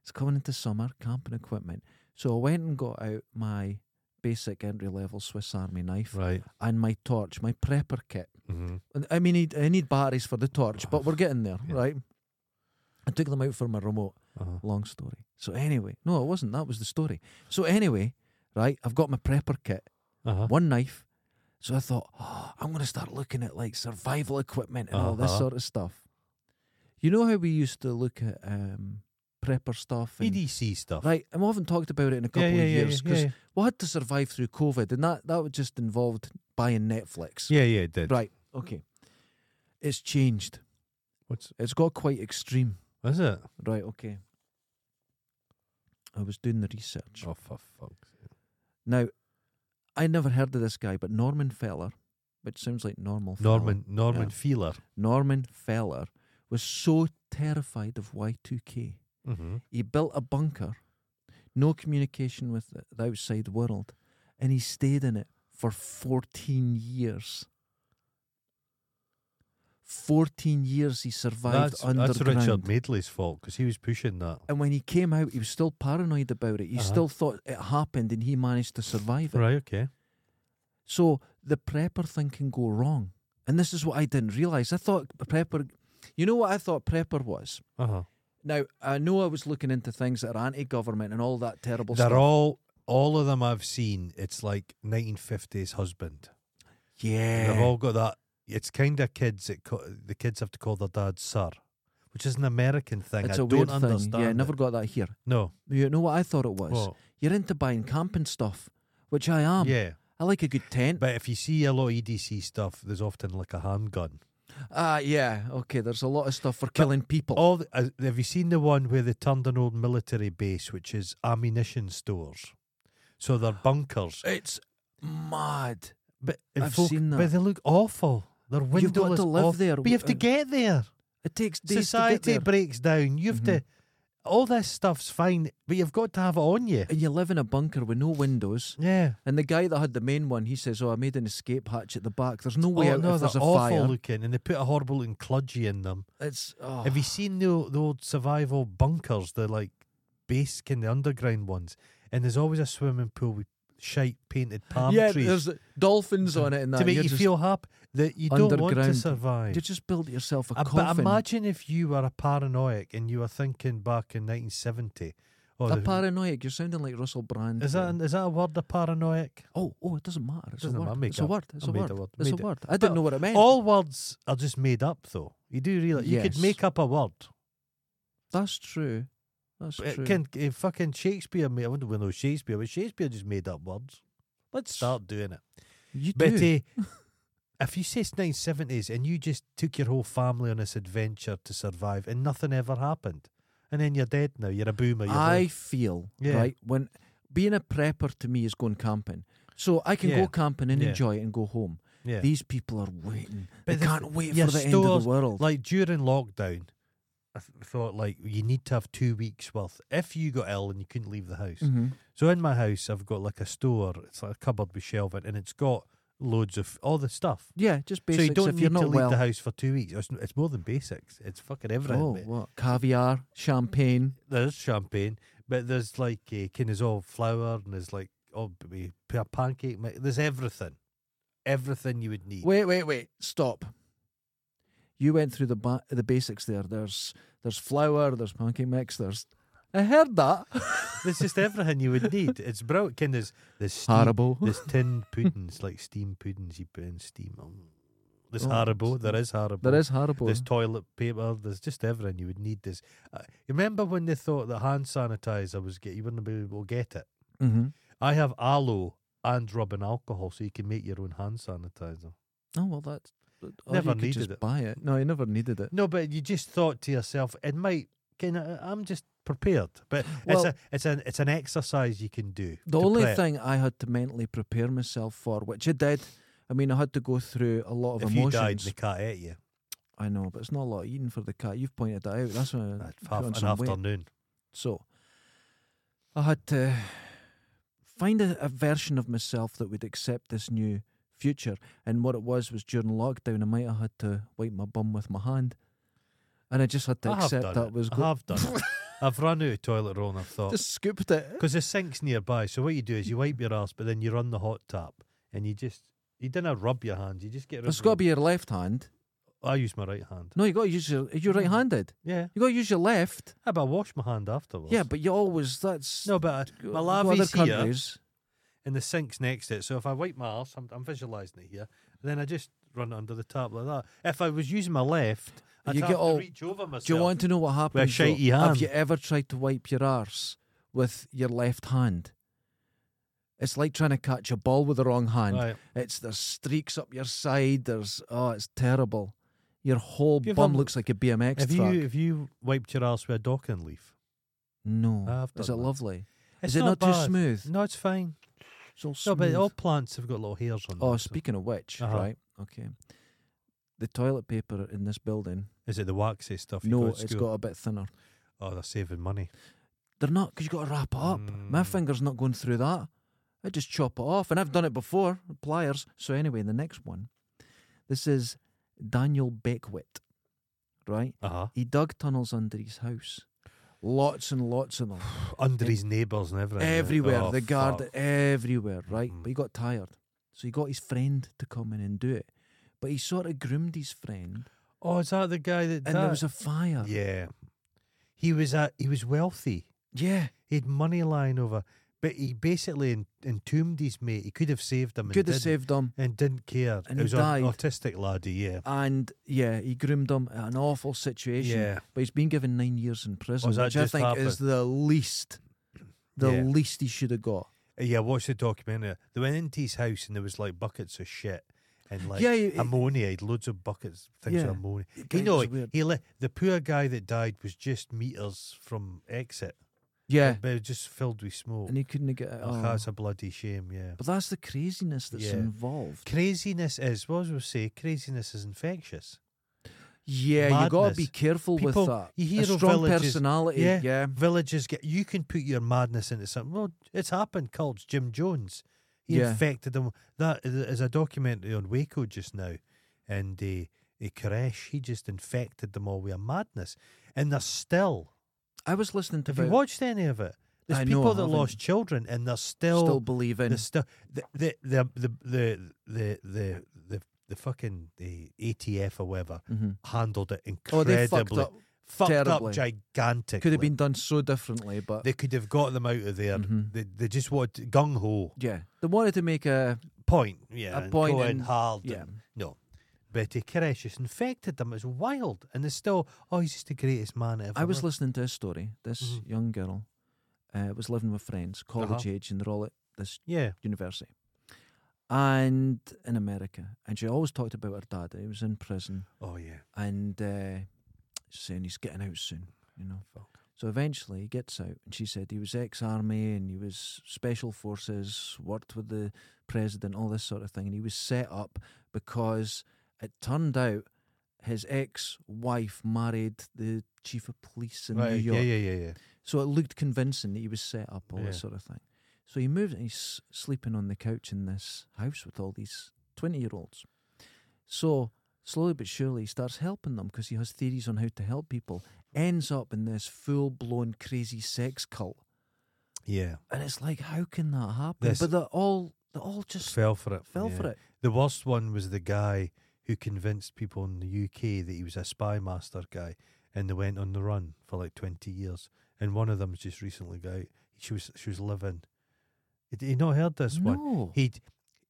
S1: it's coming into summer, camping equipment." So I went and got out my basic entry level Swiss Army knife
S2: Right.
S1: and my torch, my prepper kit.
S2: Mm-hmm.
S1: And I mean, I need, I need batteries for the torch, but we're getting there,
S2: Yeah.
S1: right? I took them out for my remote.
S2: Uh-huh.
S1: Long story. So anyway, no, it wasn't. That was the story. So anyway, right, I've got my prepper kit,
S2: Uh-huh.
S1: one knife. So I thought, oh, I'm going to start looking at like survival equipment and all this
S2: Uh-huh.
S1: sort of stuff. You know how we used to look at um, prepper stuff? And,
S2: EDC E stuff.
S1: right, and we haven't talked about it in a
S2: Yeah,
S1: couple
S2: yeah,
S1: of
S2: yeah,
S1: years
S2: yeah,
S1: because
S2: yeah.
S1: we had to survive through COVID, and that that would just involved buying Netflix.
S2: Yeah, yeah, it did.
S1: Right. Okay. It's changed.
S2: What's
S1: It's got quite extreme.
S2: is it?
S1: Right, okay. I was doing the research.
S2: Oh for fuck's sake.
S1: Now, I never heard of this guy, but Norman Feller, which sounds like normal. Feller-
S2: Norman Norman
S1: Yeah.
S2: Feeler.
S1: Norman Feller was so terrified of Y2K,
S2: Mm-hmm.
S1: he built a bunker, no communication with the the outside world, and he stayed in it for 14 years. 14 years he survived
S2: That's, that's
S1: underground.
S2: Richard Madeley's fault because he was pushing that.
S1: And when he came out, he was still paranoid about it. He
S2: Uh-huh.
S1: still thought it happened and he managed to survive it.
S2: Right, okay.
S1: So the prepper thing can go wrong. And this is what I didn't realize. I thought prepper, you know what I thought prepper was?
S2: Uh huh.
S1: Now, I know I was looking into things that are anti government and all that terrible
S2: They're
S1: stuff.
S2: all all of them I've seen, it's like nineteen fifties husband. They've
S1: yeah.
S2: all got that. It's kind of kids. It co- the kids have to call their dad sir, which is an American thing.
S1: It's
S2: I
S1: a
S2: don't
S1: weird
S2: understand.
S1: thing. Yeah, I
S2: it.
S1: never got that here.
S2: No.
S1: You know what I thought it was?
S2: Well,
S1: You're into buying camping stuff, which I am.
S2: yeah,
S1: I like a good tent.
S2: but if you see a lot of EDC stuff, there's often like a handgun.
S1: Ah, yeah. Okay, there's a lot of stuff for killing people.
S2: All the, uh, have you seen the one where they turned an old military base, which is ammunition stores? So they're bunkers.
S1: It's mad.
S2: But and
S1: Eh, I've seen that.
S2: But they look awful. They're windowless.
S1: You've got to live
S2: awful.
S1: there.
S2: But you have to
S1: Uh,
S2: get there.
S1: It takes days to
S2: Society
S1: get there. Mm-hmm.
S2: breaks down. You have to. All this stuff's fine, but you've got to have it on you.
S1: And you live in a bunker with no windows.
S2: Yeah.
S1: And the guy that had the main one, he says, "Oh, I made an escape hatch at the back. There's no way
S2: oh,
S1: out
S2: no,
S1: if
S2: they're
S1: there's a
S2: awful
S1: fire."
S2: looking, and they put a horrible looking kludgy in them.
S1: It's oh,
S2: Have you seen the, the old survival bunkers, the like base kind of underground ones? And there's always a swimming pool with shite painted palm
S1: yeah,
S2: trees
S1: there's dolphins on it and that.
S2: to make
S1: You're
S2: you
S1: just-
S2: feel happy that you don't want to
S1: underground.
S2: survive.
S1: You just build yourself a
S2: Uh, But
S1: coffin.
S2: imagine if you were a paranoiac and you were thinking back in 1970. Oh,
S1: a
S2: the-
S1: paranoiac. You're sounding like Russell Brand.
S2: is that is that a word? A paranoiac.
S1: Oh, oh, it doesn't matter. It's
S2: Doesn't
S1: a
S2: matter,
S1: word.
S2: I make
S1: It's a
S2: up.
S1: word. It's
S2: I
S1: a
S2: made
S1: word.
S2: it up,
S1: It's a
S2: made it.
S1: word. I didn't
S2: But
S1: know what it meant.
S2: All words are just made up, though. You do realize you could
S1: Yes.
S2: make up a word.
S1: That's true. That's
S2: But
S1: true.
S2: It can, eh, fucking Shakespeare made. I wouldn't know Shakespeare, but Shakespeare just made up words. Let's start doing it.
S1: you do.
S2: But eh, if you say it's 1970s and you just took your whole family on this adventure to survive and nothing ever happened, and then you're dead now, you're a boomer. You're
S1: I
S2: old.
S1: feel
S2: Yeah.
S1: right when being a prepper to me is going camping. So I can
S2: Yeah.
S1: go camping and
S2: Yeah.
S1: enjoy it and go home.
S2: yeah.
S1: These people are waiting.
S2: But
S1: they
S2: the-
S1: can't wait
S2: your
S1: for the end of
S2: stores,
S1: the world.
S2: Like during lockdown, I th- thought like you need to have two weeks worth if you got ill and you couldn't leave the house.
S1: Mhm.
S2: So in my house, I've got like a store. It's like a cupboard with shelving, and it's got loads of all the stuff.
S1: Yeah, just
S2: so
S1: basics.
S2: you don't
S1: if
S2: need
S1: you're
S2: to
S1: not
S2: leave
S1: well,
S2: the house for two weeks. It's, it's more than basics. It's fucking everything.
S1: oh,
S2: mate.
S1: what caviar, champagne.
S2: There's champagne, but there's like uh, kind of all flour, and there's like oh, b- a pancake. mi- There's everything, everything you would need.
S1: Wait, wait, wait. Stop. You went through the ba- the basics there. There's there's flour. There's pancake mix. There's I heard that.
S2: There's just everything you would need. It's brilliant. Kind of there's- there's steam
S1: Horrible.
S2: There's tin puddings, like steam puddings you put in steam. um, There's
S1: Oh,
S2: Haribo, there is Haribo.
S1: There is horrible.
S2: There's toilet paper, there's just everything you would need. This. Uh, you remember when they thought that hand sanitizer was get you wouldn't be able to get it?
S1: hmm
S2: I have aloe and rubbing alcohol, so you can make your own hand sanitizer.
S1: Oh well, that's or
S2: Never
S1: you could just
S2: needed it.
S1: Buy it. No, you never needed it.
S2: No, but you just thought to yourself, it might. Can I, I'm just prepared, but it's
S1: Well-
S2: a it's an it's an exercise you can do.
S1: The
S2: to
S1: only
S2: prep.
S1: thing I had to mentally prepare myself for, which I did, I mean, I had to go through a lot of
S2: if you
S1: emotions.
S2: died, the cat ate you.
S1: I know, but it's not a lot of eating for the cat. You've pointed that out. That's when I
S2: That's
S1: put
S2: half
S1: on
S2: an
S1: some weight.
S2: afternoon.
S1: So I had to find a, a version of myself that would accept this new future. And what it was was during lockdown, I might have had to wipe my bum with my hand. And I just had to
S2: I have
S1: accept
S2: done
S1: that
S2: it.
S1: was
S2: I
S1: go-
S2: have done it. I've run out of toilet roll and I've thought
S1: Just scooped it.
S2: because the sink's nearby. So what you do is you wipe your ass, but then you run the hot tap and you just you don't rub your hands. You just get. rid
S1: It's
S2: of
S1: got to
S2: them.
S1: be your left hand.
S2: I use my right hand.
S1: No, you got to use your. You're
S2: Mm.
S1: right-handed.
S2: Yeah,
S1: You got to use your left.
S2: Ah, but I wash my hand afterwards.
S1: Yeah, but you always. That's
S2: no, but I,
S1: go-
S2: my
S1: go other
S2: lavvy's here
S1: countries.
S2: and the sink's next to it. So if I wipe my ass, I'm, I'm visualising it here. Then I just run it under the tap like that. If I was using my left, I'd
S1: You
S2: have
S1: get
S2: to
S1: all-
S2: reach over myself.
S1: Do you want to know what happens? though?
S2: shitey
S1: Have
S2: hand.
S1: you ever tried to wipe your arse with your left hand? It's like trying to catch a ball with the wrong hand.
S2: Right.
S1: It's there's streaks up your side. There's oh, it's terrible. Your whole
S2: Have you
S1: bum
S2: ever-
S1: looks like a BMX
S2: Have you
S1: track.
S2: have you wiped your ass with a docking leaf?
S1: no,
S2: I've
S1: is it
S2: done that.
S1: lovely?
S2: It's
S1: is it not, too
S2: bad.
S1: smooth?
S2: No, it's fine.
S1: It's all
S2: No, but
S1: smooth.
S2: all plants have got little hairs on them.
S1: oh,
S2: so-
S1: speaking of which,
S2: Uh-huh.
S1: right? Okay, the toilet paper in this building.
S2: Is it the waxy stuff? You
S1: no,
S2: got at
S1: it's
S2: school?
S1: got a bit thinner.
S2: Oh, they're saving money.
S1: They're not because you got to wrap it up. My
S2: Mm.
S1: finger's not going through that. I just chop it off, and I've done it before, with pliers. So anyway, the next one. This is Daniel Beckwith, right?
S2: Uh huh.
S1: He dug tunnels under his house, lots and lots of them,
S2: Under his neighbours and everything. isn't it?
S1: everywhere.
S2: Oh,
S1: the guard
S2: fuck.
S1: everywhere, right?
S2: Mhm.
S1: But he got tired, so he got his friend to come in and do it. But he sort of groomed his friend,
S2: Oh, is that the guy that?
S1: and there was a fire.
S2: yeah. He was uh, he was wealthy.
S1: yeah.
S2: He had money lying over, but he basically en- entombed his mate. He could have saved him. and
S1: could have
S2: didn't-
S1: saved him.
S2: And didn't care.
S1: And
S2: it
S1: he
S2: was an
S1: died.
S2: autistic laddie. Yeah.
S1: and yeah, he groomed him. An awful situation.
S2: Yeah.
S1: but he's been given nine years in prison,
S2: Oh, is that
S1: which I
S2: just
S1: think is the least, the
S2: Yeah.
S1: least he should have got.
S2: Uh, Yeah. Watch the documentary. They went into his house and there was like buckets of shit and like
S1: Yeah, he-
S2: ammonia. He had loads of buckets things
S1: Yeah.
S2: of ammonia.
S1: It
S2: You know,
S1: was weird.
S2: he le- the poor guy that died was just meters from exit,
S1: yeah,
S2: but it was just filled with smoke.
S1: and he couldn't get it.
S2: Ugh,
S1: Oh.
S2: That's a bloody shame, yeah.
S1: but that's the craziness that's
S2: Yeah.
S1: involved.
S2: Craziness is, what was we say? Craziness is infectious.
S1: Yeah, you got to be
S2: Madness.
S1: careful
S2: People-
S1: with that.
S2: you hear
S1: a
S2: of
S1: strong
S2: villages-
S1: personality.
S2: yeah.
S1: Yeah.
S2: Villagers get, you can put your madness into something. Well, it's happened, cults. Jim Jones, he
S1: Yeah.
S2: infected them. That is- is a documentary on Waco just now, and uh, uh, Koresh, he just infected them all with a madness. And they're still,
S1: I was listening to
S2: have you
S1: about
S2: watched any of it? There's
S1: I know,
S2: people
S1: I
S2: that
S1: haven't.
S2: lost children and they're
S1: Still
S2: still,
S1: believe in
S2: they're still the the the the the the the, the, the fucking the ATF or whatever
S1: Mhm.
S2: handled it
S1: Oh,
S2: incredibly
S1: they fucked up.
S2: fucked
S1: terribly.
S2: up gigantic.
S1: Could have been done so differently, but
S2: They could have got them out of there.
S1: Mhm.
S2: They, they just wanted gung ho
S1: yeah, they wanted to make a
S2: point. Yeah,
S1: A
S2: and
S1: point
S2: go in
S1: and-
S2: hard.
S1: yeah.
S2: and- no, Betty Crecious infected them. It's wild, and they're still. Oh, he's just the greatest man ever.
S1: I was
S2: lived."
S1: listening to a story. This
S2: Mhm.
S1: young girl uh, was living with friends, college
S2: Uh-huh.
S1: age, and they're all at this
S2: yeah,
S1: university, and in America. And she always talked about her dad. He was in prison,
S2: oh yeah,
S1: and uh, saying he's getting out soon. You know.
S2: Fuck.
S1: So eventually he gets out, and she said he was ex-army and he was special forces, worked with the president, all this sort of thing, and he was set up because it turned out his ex-wife married the chief of police in New
S2: right,
S1: York.
S2: yeah, yeah, yeah, yeah.
S1: So it looked convincing that he was set up, all this
S2: Yeah.
S1: sort of thing. So he moves and he's sleeping on the couch in this house with all these 20 year olds. So slowly but surely he starts helping them because he has theories on how to help people. Ends up in this full blown crazy sex cult.
S2: Yeah,
S1: And it's like, how can that happen?
S2: This-
S1: but they're all, they're all just
S2: fell for it.
S1: fell
S2: yeah.
S1: for it.
S2: The worst one was the guy who convinced people in the UK that he was a spy master guy, and they went on the run for like twenty years. And one of them's just recently got out. She was she was living. Had you not heard this one?
S1: No.
S2: He'd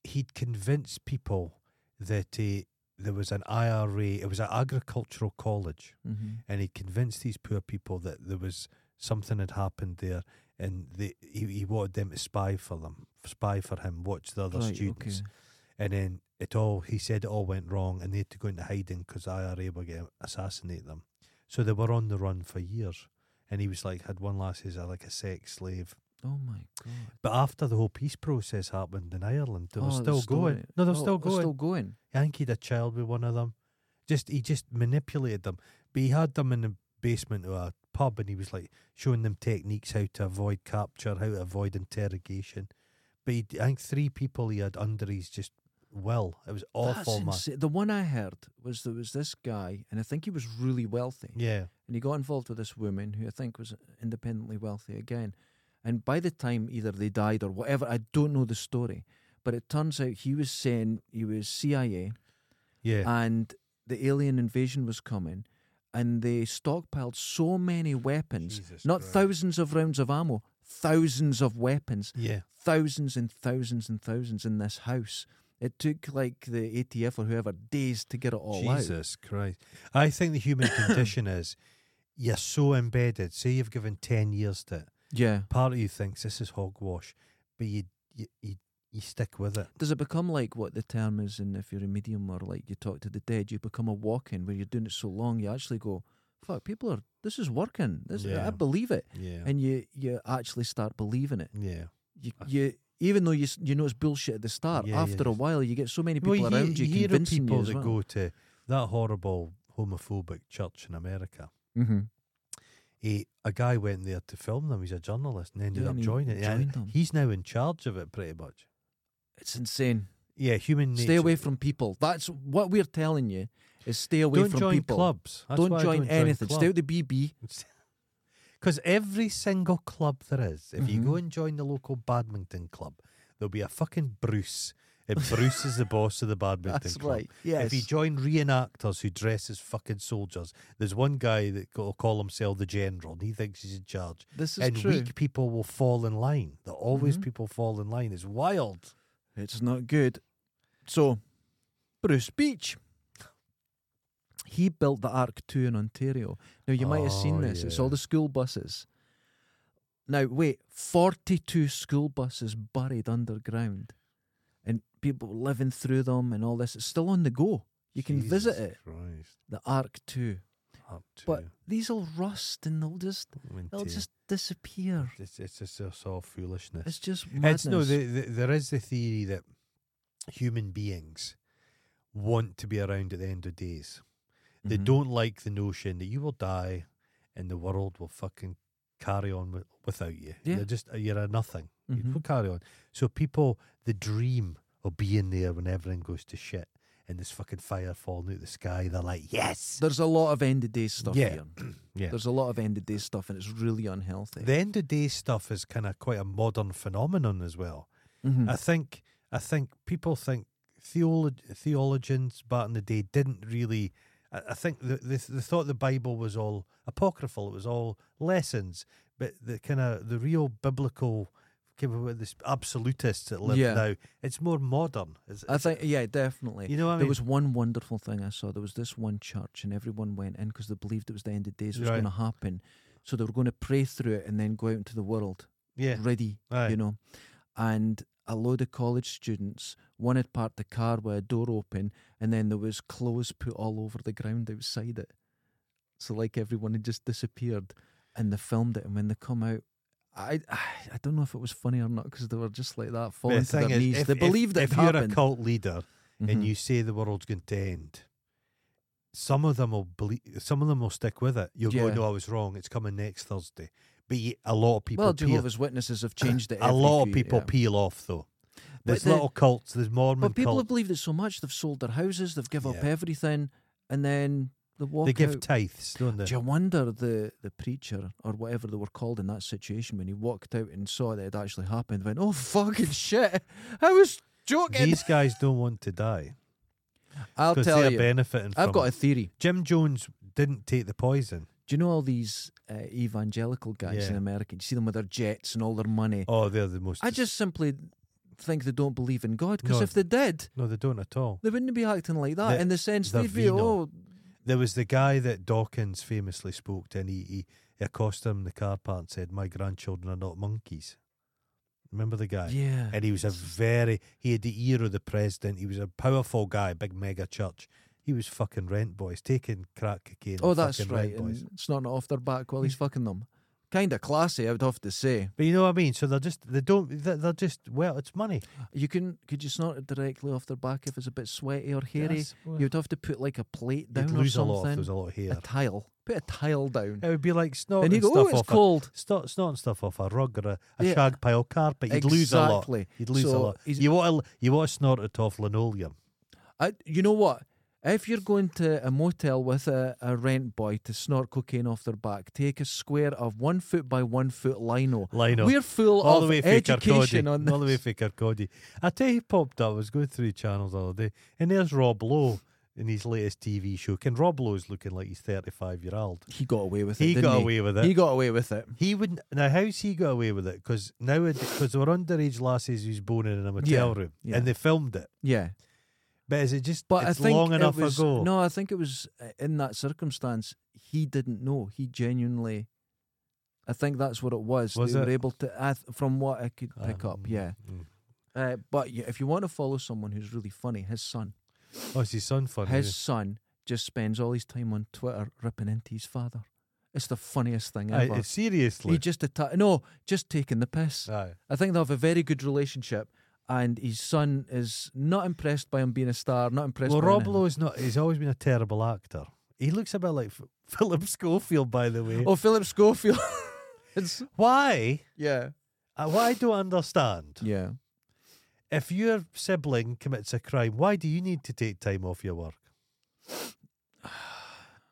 S2: he'd convinced people that he, there was an IRA. It was an agricultural college,
S1: Mhm.
S2: and he convinced these poor people that there was something had happened there, and they, he he wanted them to spy for them, spy for him, watch the other
S1: Right,
S2: students
S1: okay.
S2: and then it all he said it all went wrong and they had to go into hiding because IRA were going to assassinate them so they were on the run for years and he was like had one last as like a sex slave
S1: Oh my God.
S2: but after the whole peace process happened in Ireland they
S1: Oh,
S2: were
S1: the
S2: still going
S1: story.
S2: no they were
S1: Oh,
S2: still going
S1: still going.
S2: I think he had a child with one of them just he just manipulated them but he had them in the basement of a pub and he was like showing them techniques how to avoid capture how to avoid interrogation but he, I think three people he had under his just will it was awful
S1: That's
S2: man
S1: insa- The one I heard was there was this guy, and I think he was really wealthy,
S2: Yeah,
S1: and he got involved with this woman who I think was independently wealthy again. And by the time either they died or whatever, I don't know the story, but it turns out he was saying he was CIA
S2: yeah.
S1: and the alien invasion was coming, and they stockpiled so many weapons,
S2: Jesus
S1: not
S2: Christ.
S1: thousands of rounds of ammo, thousands of weapons
S2: yeah.
S1: thousands and thousands and thousands in this house. It took like the ATF or whoever days to get it all out.
S2: Jesus Christ. I think the human condition is you're so embedded. Say you've given 10 years to it.
S1: Yeah.
S2: Part of you thinks this is hogwash, but you you, you, you stick with it.
S1: Does it become like what the term is in if you're a medium or like you talk to the dead, you become a walk in where you're doing it so long you actually go, Fuck, people are this is working. This I
S2: Yeah.
S1: believe it.
S2: Yeah.
S1: And you you actually start believing it.
S2: yeah.
S1: You you even though you s- you know it's bullshit at the start,
S2: Uh, Yeah,
S1: after
S2: yeah.
S1: a while you get so many people
S2: well,
S1: around you,
S2: you hear of
S1: convincing
S2: people
S1: you as
S2: that
S1: well.
S2: go to that horrible homophobic church in America.
S1: mm-hmm.
S2: He, a guy went there to film them. He's a journalist and ended
S1: Yeah,
S2: up
S1: and he
S2: joining it.
S1: joined
S2: And
S1: them.
S2: he's now in charge of it pretty much.
S1: It's insane.
S2: Yeah, human nature.
S1: Stay away from people. That's what we're telling you is stay away
S2: don't
S1: from
S2: join
S1: people.
S2: clubs. That's
S1: don't
S2: why I
S1: join anything.
S2: Clubs.
S1: stay out the BB.
S2: Because every single club there is, if you go
S1: Mhm.
S2: and join the local badminton club, there'll be a fucking Bruce. And Bruce is the boss of the badminton
S1: That's
S2: club.
S1: right. Yes.
S2: If you join reenactors who dress as fucking soldiers, there's one guy that will call himself the general and he thinks he's in charge.
S1: this is
S2: and
S1: true.
S2: weak people will fall in line. There always
S1: Mhm.
S2: people fall in line. It's wild.
S1: It's not good. So, Bruce Beach. He built the Arc 2 in Ontario. Now, you might have seen
S2: Oh,
S1: this. It's all
S2: yeah.
S1: the school buses. Now, wait, 42 school buses buried underground and people living through them and all this. It's still on the go. You can visit
S2: Jesus
S1: it,
S2: Christ.
S1: the Arc 2.
S2: Up to
S1: But these will rust and they'll just
S2: went
S1: they'll
S2: to-
S1: just disappear.
S2: it's, it's just it's all foolishness.
S1: It's just madness.
S2: It's no, the, the, there is the theory that human beings want to be around at the end of days. They
S1: Mhm.
S2: don't like the notion that you will die and the world will fucking carry on with, without you.
S1: Yeah.
S2: You're just you're a nothing.
S1: Mhm.
S2: You'll carry on. So people, the dream of being there when everything goes to shit, and there's fucking fire falling out the sky. They're like, yes.
S1: There's a lot of end of day stuff
S2: Yeah.
S1: here.
S2: Yeah.
S1: There's a lot of end of day stuff, and it's really unhealthy.
S2: The end of day stuff is kind of quite a modern phenomenon as well.
S1: Mhm.
S2: I think I think people think theolo- theologians back in the day didn't really. I I think the, the the thought the Bible was all apocryphal. It was all lessons, but the kind of the real biblical came up with this absolutists that live
S1: Yeah.
S2: now. It's more modern. It's,
S1: I think, yeah, definitely.
S2: you know what I
S1: There
S2: mean?
S1: was one wonderful thing I saw. There was this one church, and everyone went in because they believed it was the end of days, it was
S2: Right.
S1: going to happen. So they were going to pray through it and then go out into the world
S2: yeah,
S1: ready,
S2: aye.
S1: you know. And a load of college students, one had parked the car with a door open, and then there was clothes put all over the ground outside it. So, like, everyone had just disappeared, and they filmed it. And when they come out, I I, I don't know if it was funny or not because they were just like that,
S2: But the
S1: falling to their
S2: thing is,
S1: knees.
S2: if-
S1: they
S2: if-
S1: believed
S2: if
S1: it
S2: you're
S1: happened.
S2: a cult leader,
S1: Mhm.
S2: and you say the world's going to end, some of them will believe, some of them will stick with it. You'll go,
S1: Yeah.
S2: no, I was wrong. It's coming next Thursday. But ye- a lot of people,
S1: well,
S2: peel,
S1: Jehovah's Witnesses have changed it.
S2: a
S1: every
S2: lot of
S1: few-
S2: people
S1: yeah.
S2: peel off though. There's
S1: the-
S2: little cults. There's Mormon
S1: but people have
S2: cults.
S1: believed it so much they've sold their houses, they've given up
S2: Yeah.
S1: everything, and then they walk
S2: They give
S1: out.
S2: tithes, don't they?
S1: Do you wonder the, the preacher or whatever they were called in that situation when he walked out and saw that it actually happened? Went, oh fucking shit! I was joking.
S2: These guys don't want to die
S1: I'll
S2: because
S1: tell
S2: they're
S1: you,
S2: benefiting.
S1: I've
S2: from
S1: got a
S2: it.
S1: theory.
S2: Jim Jones didn't take the poison.
S1: Do you know all these uh, evangelical guys
S2: Yeah.
S1: in America? You see them with their jets and all their money.
S2: Oh, they're the most.
S1: I just simply think they don't believe in God because
S2: No.
S1: if they did,
S2: no, they don't at all.
S1: they wouldn't be acting like that.
S2: They're-
S1: in the sense
S2: they're
S1: they'd be,
S2: venal.
S1: oh,
S2: There was the guy that Dawkins famously spoke to, and he, he, he accosted him in the car park and said, "My grandchildren are not monkeys." Remember the guy?
S1: yeah.
S2: And he was a very he had the ear of the president. He was a powerful guy, big mega church. He was fucking rent boys, taking crack cocaine.
S1: Oh,
S2: and
S1: that's
S2: fucking
S1: right. Mm.
S2: Rent boys.
S1: And snorting it off their back while he's fucking them. Kind of classy, I would have to say.
S2: But you know what I mean. So they're just they don't they're they're just well, it's money.
S1: You can could you snort it directly off their back if it's a bit sweaty or hairy?
S2: Yes, well,
S1: You'd have to put like a plate
S2: you'd
S1: down or
S2: lose a
S1: something.
S2: lot. If there was a lot of hair.
S1: a tile. Put a tile down.
S2: It would be like snorting
S1: and he'd go,
S2: stuff
S1: oh, it's
S2: off
S1: cold.
S2: a snort, snorting stuff off a rug or a, a
S1: Yeah.
S2: shag pile carpet. You'd lose a lot.
S1: Exactly.
S2: You'd lose a
S1: So
S2: lot.
S1: he's-
S2: You want to you want to snort it off linoleum.
S1: I, you know what? If you're going to a motel with a, a rent boy to snort cocaine off their back, take a square of one foot by one foot lino.
S2: Lino.
S1: We're full
S2: all
S1: of
S2: the way for
S1: education
S2: Kirkcaldy.
S1: on this.
S2: All the way for Kirkcaldy. I tell you, he popped up. I was going through channels the other day, and there's Rob Lowe in his latest TV show. And Rob Lowe's looking like he's 35 year old.
S1: he got away with it.
S2: He
S1: didn't
S2: got away with it.
S1: He
S2: He,
S1: got away with it.
S2: wouldn't. Now, how's he got away with it? Because now, because there were underage lasses who's boning in a motel room,
S1: yeah.
S2: and they filmed it.
S1: Yeah.
S2: But is it just?
S1: But
S2: it's
S1: I think
S2: long
S1: it
S2: enough
S1: was-
S2: ago.
S1: No, I think it was uh, in that circumstance. He didn't know. He genuinely. I think that's what it was.
S2: Was
S1: they
S2: it?
S1: were able to, I th- from what I could pick
S2: Um,
S1: up, yeah.
S2: mm.
S1: Uh, but yeah, if you want to follow someone who's really funny, his son,
S2: Oh, it's his son funny.
S1: his son just spends all his time on Twitter ripping into his father. It's the funniest thing
S2: Aye,
S1: ever.
S2: it's Uh. seriously.
S1: he just atta- no, just taking the piss.
S2: Aye.
S1: I think they have a very good relationship, and his son is not impressed by him being a star, not impressed.
S2: Well,
S1: by
S2: Rob
S1: anything.
S2: Lowe's not. He's always been a terrible actor. He looks a bit like F- Philip Schofield, by the way.
S1: Oh, Philip Schofield. it's
S2: Why?
S1: yeah,
S2: Uh, what I don't understand,
S1: yeah.
S2: if your sibling commits a crime, why do you need to take time off your work?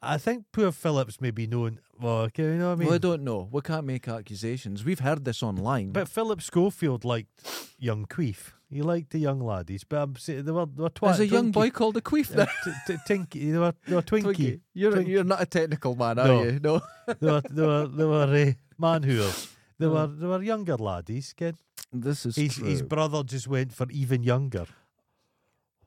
S2: I think poor Phillips may be known. Well, okay, you know what I mean?
S1: well, I don't know. We can't make accusations. We've heard this online.
S2: but Philip Schofield liked young Queef. He liked the young laddies, but I'm saying they were, they were twat.
S1: there's a young
S2: twinkie-
S1: boy called a queef
S2: they were
S1: now.
S2: t- t- tinky, they were, they were twinky.
S1: You're
S2: Twinkie.
S1: you're not a technical man, are
S2: No.
S1: you? No.
S2: they were, they were, they were uh, manhoers. They were, they were younger laddies, kid.
S1: This is
S2: His,
S1: Hmm. true.
S2: his brother just went for even younger.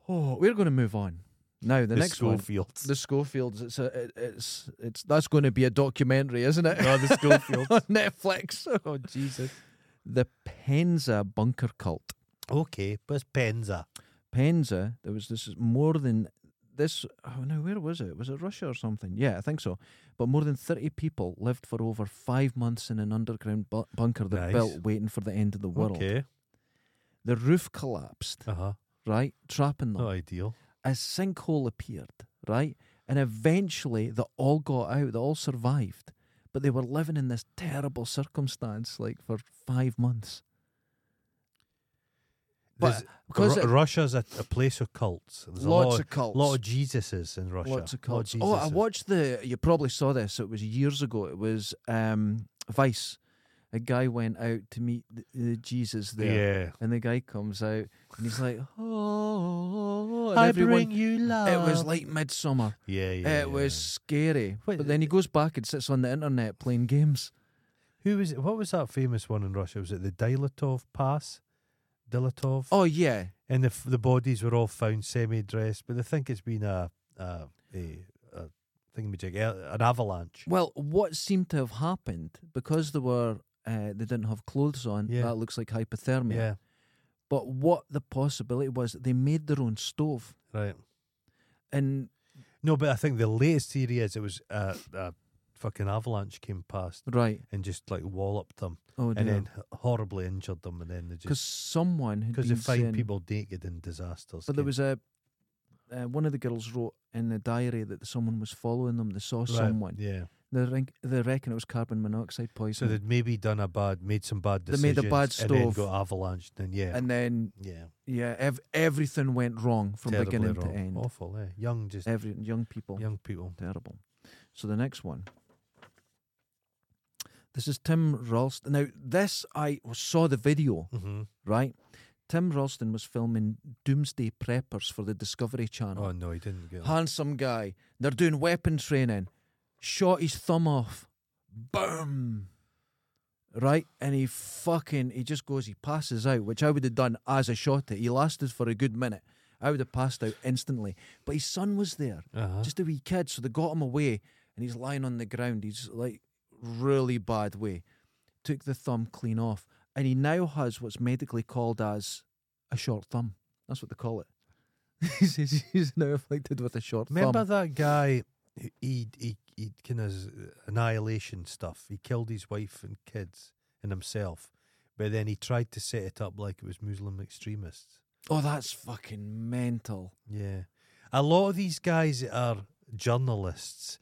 S1: oh, we're going to move on now. The,
S2: The,
S1: next one,
S2: Schofields.
S1: the Schofields. It's a it, it's it's that's going to be a documentary, isn't it?
S2: No, the Schofields.
S1: On Netflix.
S2: oh, Jesus.
S1: The Penza bunker cult.
S2: Okay, but it's Penza.
S1: Penza, there was this more than this. Oh no, where was it? Was it Russia or something? Yeah, I think so. But more than thirty people lived for over five months in an underground bu- bunker they
S2: Nice.
S1: built, waiting for the end of the world.
S2: Okay.
S1: The roof collapsed,
S2: Uh huh.
S1: right, trapping them.
S2: Not ideal.
S1: A sinkhole appeared, right, and eventually they all got out. They all survived, but they were living in this terrible circumstance, like for five months. But
S2: There's-
S1: because
S2: Ru-
S1: it-
S2: Russia's a, a place of cults. There's a
S1: lots
S2: lot
S1: of cults.
S2: lot of Jesuses in Russia.
S1: Lots of
S2: Lot
S1: cults. Oh, I
S2: Jesuses.
S1: watched the. You probably saw this. It was years ago. It was um, Vice. A guy went out to meet the, the Jesus there,
S2: Yeah.
S1: and the guy comes out and he's like, "Oh, and
S2: I
S1: everyone."
S2: bring you love.
S1: It was like midsummer.
S2: Yeah, yeah. yeah.
S1: it was scary.
S2: Wait,
S1: but then he goes back and sits on the internet playing games.
S2: Who was it? What was that famous one in Russia? Was it the Dilatov Pass? Dilatov?
S1: Oh yeah,
S2: And the, f- the bodies were all found semi dressed, but they think it's been a, a, a, a thingamajig, a- an avalanche.
S1: Well, what seemed to have happened because they were uh, they didn't have clothes on.
S2: Yeah.
S1: That looks like hypothermia.
S2: Yeah,
S1: But what the possibility was, they made their own stove,
S2: right.
S1: and
S2: No, but I think the latest theory is it was a, a fucking avalanche came past
S1: right,
S2: and just like walloped them
S1: oh
S2: and
S1: dear,
S2: then h- horribly injured them and then they
S1: because
S2: just.
S1: someone had
S2: Because
S1: been
S2: they find
S1: saying-
S2: people naked in disasters.
S1: But there was a uh, one of the girls wrote in the diary that someone was following them. They saw
S2: Right,
S1: someone.
S2: Yeah.
S1: They, rec- they reckon it was carbon monoxide
S2: So
S1: poisoning.
S2: they'd maybe done a bad, made some bad
S1: They
S2: decisions.
S1: made a bad
S2: And then
S1: stove.
S2: got avalanched. And yeah,
S1: and then
S2: yeah,
S1: yeah, ev- everything went wrong from
S2: terribly
S1: beginning
S2: wrong.
S1: to end.
S2: Awful, yeah. Young, just
S1: Every young people.
S2: young people.
S1: Terrible. So the next one. This is Tim Ralston. Now, this, I saw the video,
S2: Mm-hmm.
S1: right? Tim Ralston was filming Doomsday Preppers for the Discovery Channel.
S2: Oh no, he didn't get. that.
S1: Handsome guy. They're doing weapon training. Shot his thumb off. Boom. Right? And he fucking, he just goes, he passes out, which I would have done as I shot it. He lasted for a good minute. I would have passed out instantly. But his son was there
S2: Uh-huh.
S1: just a wee kid. So they got him away, and he's lying on the ground. He's like really bad way. Took the thumb clean off, and he now has what's medically called as a short thumb. That's what they call it. He says he's now afflicted with a short
S2: Remember
S1: thumb.
S2: that guy? who- He he he kind of uh, annihilation stuff. He killed his wife and kids and himself, but then he tried to set it up like it was Muslim extremists.
S1: Oh, that's fucking mental.
S2: Yeah, a lot of these guys that are journalists.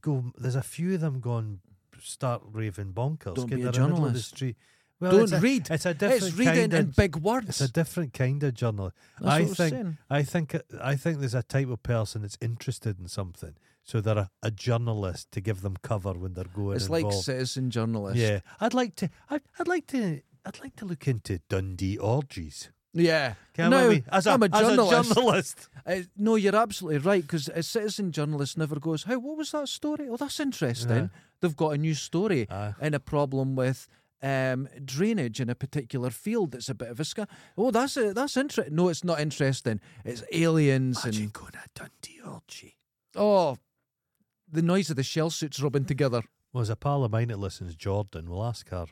S2: Go, there's a few of them gone start raving bonkers.
S1: Don't
S2: get
S1: be a
S2: their middle of the
S1: journalist.
S2: street. Well,
S1: Don't
S2: it's a-
S1: read.
S2: It's a different
S1: It's reading
S2: kind of
S1: in big
S2: It's
S1: words.
S2: a different kind of journal. I
S1: That's what I was
S2: think
S1: saying.
S2: I think I think there's a type of person that's interested in something, so they're a, a journalist to give them cover when they're going.
S1: It's like
S2: involved.
S1: citizen journalist.
S2: yeah, I'd like to. I'd, I'd like to. I'd like to look into Dundee orgies.
S1: yeah.
S2: Can
S1: no,
S2: I mean, as
S1: I'm a
S2: As
S1: journalist.
S2: a journalist.
S1: Uh, no, you're absolutely right because a citizen journalist never goes, "Hey, what was that story? Oh, that's interesting."
S2: Yeah.
S1: They've got a new story
S2: Aye.
S1: and a problem with um, drainage in a particular field. That's a bit of a scar. Oh, that's a, that's interesting. No, it's not interesting. It's aliens
S2: Imagine
S1: and
S2: going to Dundee orgy.
S1: oh, the noise of the shell suits rubbing together.
S2: Well, there's a pal of mine that listens, Jordan. We'll ask her.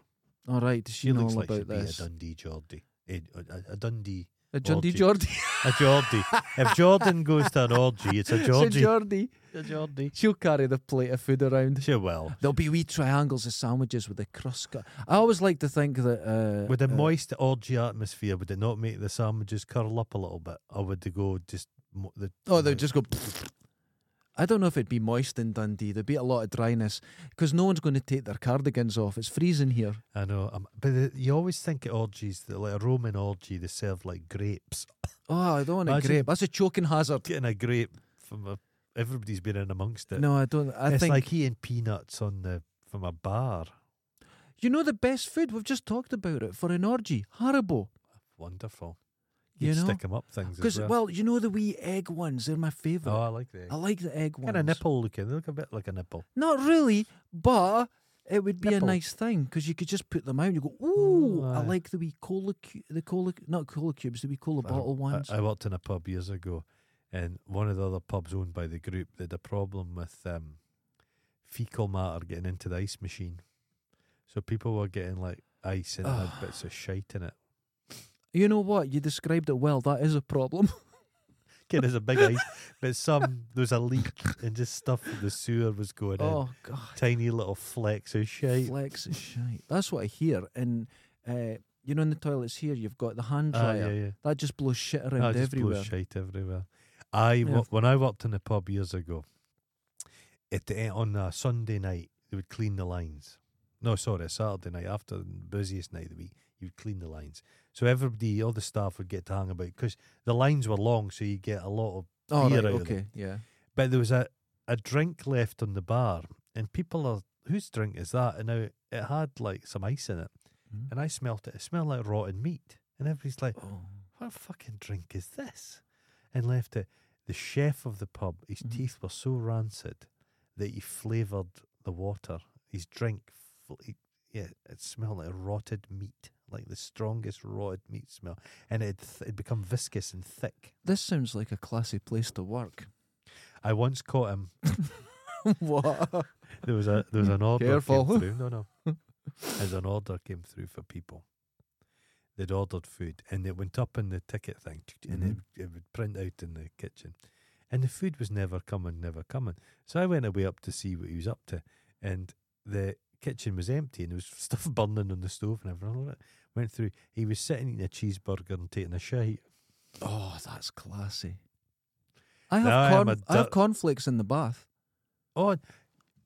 S1: All right, does she
S2: She
S1: know
S2: looks
S1: all
S2: like she'd
S1: about
S2: be a
S1: this?
S2: Dundee Geordie. A, a, a Dundee.
S1: A Jordy
S2: orgy.
S1: Jordy.
S2: A Geordie. if Jordan goes to an orgy, it's a
S1: It's a
S2: Geordie.
S1: Jordy.
S2: a Geordie.
S1: She'll carry the plate of food around.
S2: She will.
S1: There'll be wee triangles of sandwiches with the crust cut. I always like to think that. Uh,
S2: With
S1: uh,
S2: a moist orgy atmosphere, would it not make the sandwiches curl up a little bit, or would they go just? mo- The,
S1: Oh, they'd just go. I don't know if it'd be moist in Dundee. There'd be a lot of dryness because no one's going to take their cardigans off. It's freezing here.
S2: I know, um, but the, you always think at orgies that like a Roman orgy, they serve like grapes.
S1: Oh, I don't want a
S2: Imagine-
S1: grape. That's a choking hazard.
S2: Getting a grape from a, everybody's been in amongst it.
S1: No, I don't. I
S2: it's
S1: think
S2: like eating peanuts on the from a bar.
S1: you know the best food. We've just talked about it for an orgy. Haribo.
S2: Wonderful.
S1: You
S2: You
S1: know?
S2: stick 'em up things as
S1: Because
S2: well.
S1: well, you know the wee egg ones. They're my favourite.
S2: oh, I like the
S1: I like the egg ones.
S2: kind of nipple looking. They look a bit like a nipple.
S1: Not really, but it would be
S2: Nipple.
S1: a nice thing because you could just put them out. and You go, ooh,
S2: Oh,
S1: I
S2: aye.
S1: like the wee cola, cu- the cola, not cola cubes, the wee cola
S2: I-
S1: bottle
S2: I-
S1: ones.
S2: I, worked in a pub years ago, and one of the other pubs owned by the group they had a problem with um, fecal matter getting into the ice machine, so people were getting like ice and it had bits of shite in it.
S1: You know what? You described it well. That is a problem.
S2: Again, it's a big ice, but some there was a leak and just stuff from the sewer was going in.
S1: oh God,
S2: Tiny little flecks of shite.
S1: flex is shite. That's what I hear. And uh, you know, in the toilets here, you've got the hand
S2: Ah,
S1: dryer
S2: yeah, yeah.
S1: that just blows shit around
S2: Ah, it just
S1: everywhere.
S2: blows shite everywhere. I
S1: Yeah.
S2: wo- when I worked in the eh, pub years ago, at the, e- on a Sunday night they would clean the lines, No, sorry, a Saturday night after the busiest night of the week, you'd clean the lines. So everybody, all the staff would get to hang about because the lines were long, so you get a lot of.
S1: Oh,
S2: Beer
S1: right,
S2: out of them.
S1: okay, yeah.
S2: But there was a, a drink left on the bar, and people are, whose drink is that? And now it had like some ice in it,
S1: Mm.
S2: and I smelt it. It smelled like rotten meat. And everybody's like,
S1: Oh,
S2: what fucking drink is this? And left it. The chef of the pub, his
S1: Mhm.
S2: teeth were so rancid that he flavoured the water. His drink, fl- he- yeah, it smelled like rotted meat, like the strongest rotted meat smell. And it th- it'd become viscous and thick.
S1: this sounds like a classy place to work.
S2: I once caught him.
S1: what?
S2: There was a there was an order
S1: Careful.
S2: came through. No, no. As an order came through for people, they'd ordered food and it went up in the ticket thing, and it,
S1: Mm-hmm.
S2: it would print out in the kitchen, and the food was never coming, never coming. So I went away up to see what he was up to, and the kitchen was empty and there was stuff burning on the stove and everything. All right. Went through. He was sitting eating a cheeseburger and taking a shite.
S1: Oh, that's classy. I have,
S2: Now I am
S1: corn-
S2: a
S1: I have
S2: du-
S1: cornflakes in the bath.
S2: Oh,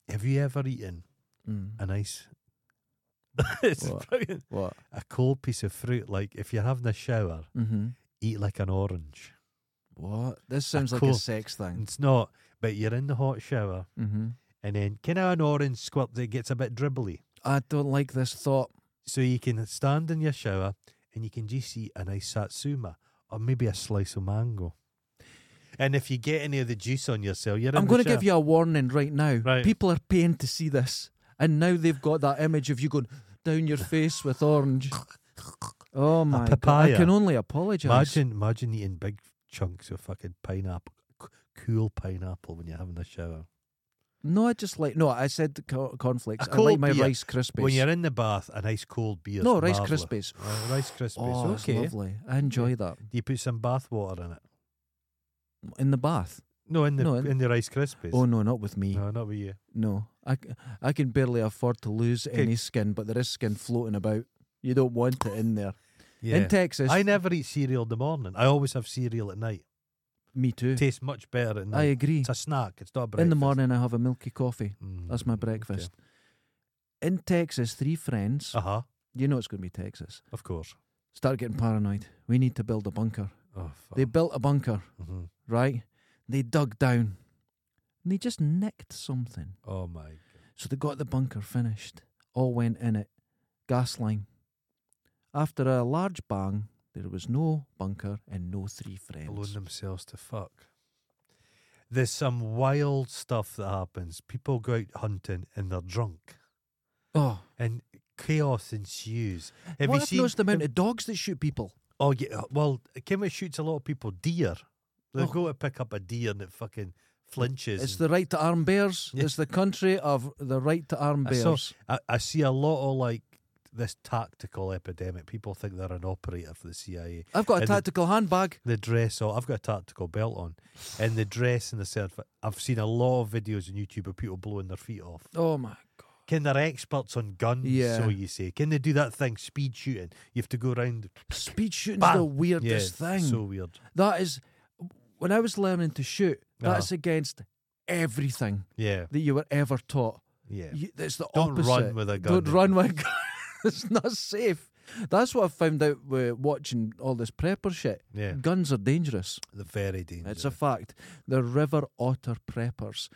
S2: have you ever eaten
S1: Mm.
S2: a nice? it's
S1: What?
S2: brilliant.
S1: What?
S2: a cold piece of fruit, like if you're having a shower,
S1: Mm-hmm.
S2: eat like an orange.
S1: What? This sounds like a
S2: cool- Mm.
S1: sex thing.
S2: It's not, but you're in the hot shower
S1: Mm-hmm.
S2: and then kind of an orange squirt that gets a bit dribbly.
S1: I don't like this thought.
S2: So you can stand in your shower and you can just eat a nice satsuma or maybe a slice of mango. And if you get any of the juice on yourself, you're
S1: I'm
S2: going
S1: going to give you a warning right now.
S2: Right.
S1: People are paying to see this, and now they've got that image of you going down your face with orange. Oh my! God. I
S2: papaya.
S1: can only apologise.
S2: Imagine, imagine eating big chunks of fucking pineapple, c- cool pineapple when you're having a shower.
S1: No, I just like no. I said cor- cornflakes.
S2: A
S1: I like
S2: cold
S1: my
S2: beer.
S1: Rice Krispies.
S2: When you're in the bath, a nice cold beer. Uh,
S1: no Rice Krispies.
S2: Rice Krispies.
S1: Oh, that's
S2: okay.
S1: lovely. I enjoy that
S2: Do you put some bath water in it?
S1: in the bath.
S2: No, in the
S1: No, in-
S2: in, the Rice Krispies.
S1: Oh no, not with me.
S2: no, not with you.
S1: No, I, c- I can barely afford to lose any skin, but there is skin floating about. You don't want it in there. In Texas,
S2: I never eat cereal in the morning. I always have cereal at night.
S1: me too.
S2: It tastes much better at night.
S1: I agree.
S2: It's a snack. It's not a breakfast.
S1: In the morning, I have a milky coffee. That's my
S2: Mm, okay.
S1: breakfast. In Texas, three friends,
S2: Uh-huh.
S1: you know it's going to be Texas,
S2: Of course.
S1: start getting paranoid. We need to build a bunker.
S2: Oh, fuck.
S1: They built a bunker,
S2: Mhm.
S1: right? They dug down and they just nicked something.
S2: Oh, my God.
S1: So they got the bunker finished, all went in it, gas line. After a large bang, there was no bunker and no three
S2: Blown
S1: friends.
S2: themselves to fuck. There's some wild stuff that happens. People go out hunting and they're drunk.
S1: Oh,
S2: And chaos ensues. Have
S1: what
S2: you
S1: if
S2: seen...
S1: knows the amount of dogs that shoot people?
S2: Oh yeah, uh, well, Kimmy shoots a lot of people deer. They
S1: Oh.
S2: go to pick up a deer and it fucking flinches.
S1: It's
S2: and-
S1: the right to arm bears.
S2: Yeah.
S1: It's the country of the right to arm
S2: I
S1: bears.
S2: saw- I, I see a lot of like this tactical epidemic. People think they're an operator for the CIA.
S1: I've got a
S2: And the-
S1: tactical handbag.
S2: The dress, oh, I've got a tactical belt on, and the dress and the self. I've seen a lot of videos on YouTube of people blowing their feet off.
S1: Oh my god!
S2: Can they're experts on guns?
S1: Yeah.
S2: So you say, can they do that thing speed shooting? You have to go around.
S1: Speed shooting's the
S2: Bam! yeah,
S1: weirdest
S2: it's
S1: thing.
S2: So weird.
S1: that is when I was learning to shoot.
S2: Uh-huh.
S1: That's against everything
S2: Yeah,
S1: that you were ever taught.
S2: yeah.
S1: You, it's the
S2: Don't
S1: opposite.
S2: run with a gun.
S1: Don't run with a gun. it's not safe. That's what I found out with watching all this prepper shit.
S2: Yeah,
S1: Guns are dangerous.
S2: the very dangerous.
S1: It's a fact. The river otter preppers.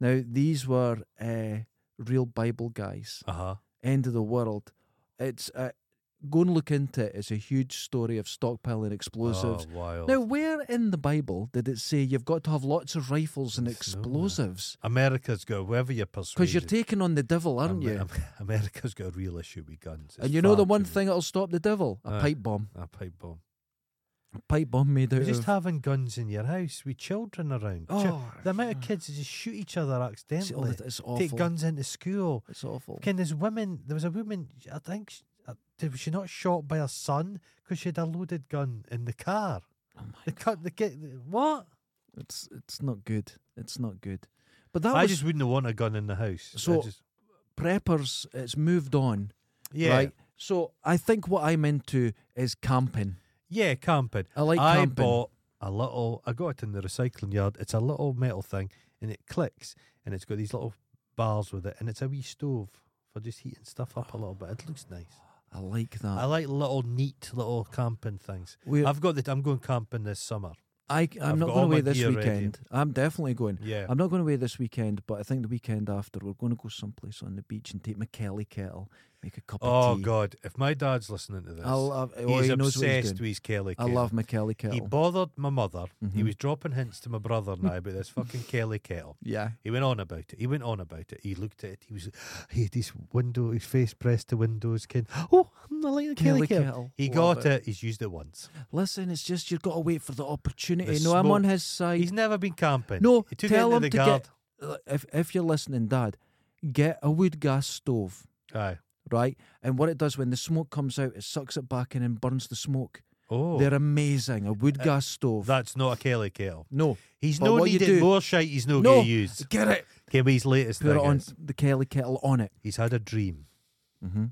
S1: Now these were uh, real Bible guys.
S2: uh huh.
S1: end of the world. It's uh, go and look into it. It's a huge story of stockpiling explosives.
S2: Oh, wild.
S1: now, where in the Bible did it say you've got to have lots of rifles and
S2: It's nowhere.
S1: explosives?
S2: America's got whatever your persuasion.
S1: Because you're taking on the devil, aren't
S2: Am-
S1: you?
S2: Am- America's got a real issue with guns. It's
S1: and you know the
S2: far
S1: one
S2: too
S1: thing that'll stop the devil? A
S2: Aye.
S1: pipe bomb.
S2: many- A pipe bomb.
S1: A pipe bomb made out
S2: You're just
S1: of.
S2: having guns in your house with children around. Chi-
S1: Oh,
S2: the amount of
S1: yeah.
S2: kids that just shoot each other
S1: It's, all
S2: accidentally.
S1: the- it's awful.
S2: Take guns into school.
S1: It's awful.
S2: Can there's women? There was a woman. I think she, uh, did- was she not shot by her son because she had a loaded gun in the car?
S1: Oh my
S2: The cut. The kid. What?
S1: It's it's not good. It's not good. But that
S2: I
S1: was
S2: just wouldn't want a gun in the house. I
S1: So-
S2: just-
S1: preppers. It's moved on,
S2: yeah,
S1: right? So I think what I'm into is camping.
S2: yeah, camping.
S1: I like
S2: I
S1: camping.
S2: bought a little. I got it in the recycling yard. It's a little metal thing, and it clicks, and it's got these little bars with it, and it's a wee stove for just heating stuff up a little bit. It looks nice.
S1: I like that.
S2: I like little neat little camping things.
S1: Ah. we, uh,
S2: I've got the I'm going camping this summer.
S1: I, I'm
S2: I've got
S1: not going
S2: all my
S1: away this
S2: gear ready.
S1: weekend. I'm definitely going.
S2: Yeah.
S1: I'm not going away this weekend, but I think the weekend after we're going to go someplace on the beach and take my Kelly kettle, make a cup
S2: Oh
S1: of tea.
S2: God! If my dad's listening to this,
S1: I love. Oh,
S2: he's
S1: he knows what he's
S2: obsessed
S1: doing.
S2: with his Kelly.
S1: I
S2: kettle.
S1: love my Kelly
S2: He
S1: kettle.
S2: bothered my mother. He
S1: Mhm.
S2: was dropping hints to my brother now about this fucking Kelly kettle.
S1: yeah.
S2: He went on about it. He went on about it. He looked at it. He was he had his window, his face pressed to windows. Ken, oh, I like the Kelly, kettle. He
S1: Love
S2: got it. He's used it once.
S1: Listen, it's just you've got to wait for the opportunity.
S2: The
S1: no, I'm on
S2: smoke.
S1: his side.
S2: He's never been camping.
S1: No,
S2: he took
S1: tell
S2: it into
S1: him
S2: the
S1: to
S2: guard.
S1: L- if if you're listening, Dad, get a wood gas stove,
S2: Aye.
S1: right? And what it does when the smoke comes out, it sucks it back in and burns the smoke.
S2: Oh, Uh,
S1: They're amazing. A wood gas stove.
S2: that's not a Kelly kettle.
S1: no,
S2: He's
S1: But
S2: no
S1: what you
S2: needed
S1: do-
S2: more shite. He's no,
S1: No.
S2: gonna use.
S1: get it.
S2: Okay, but his latest
S1: Put it
S2: thing
S1: on
S2: is
S1: the Kelly kettle on it.
S2: he's had a dream.
S1: Mm-hmm.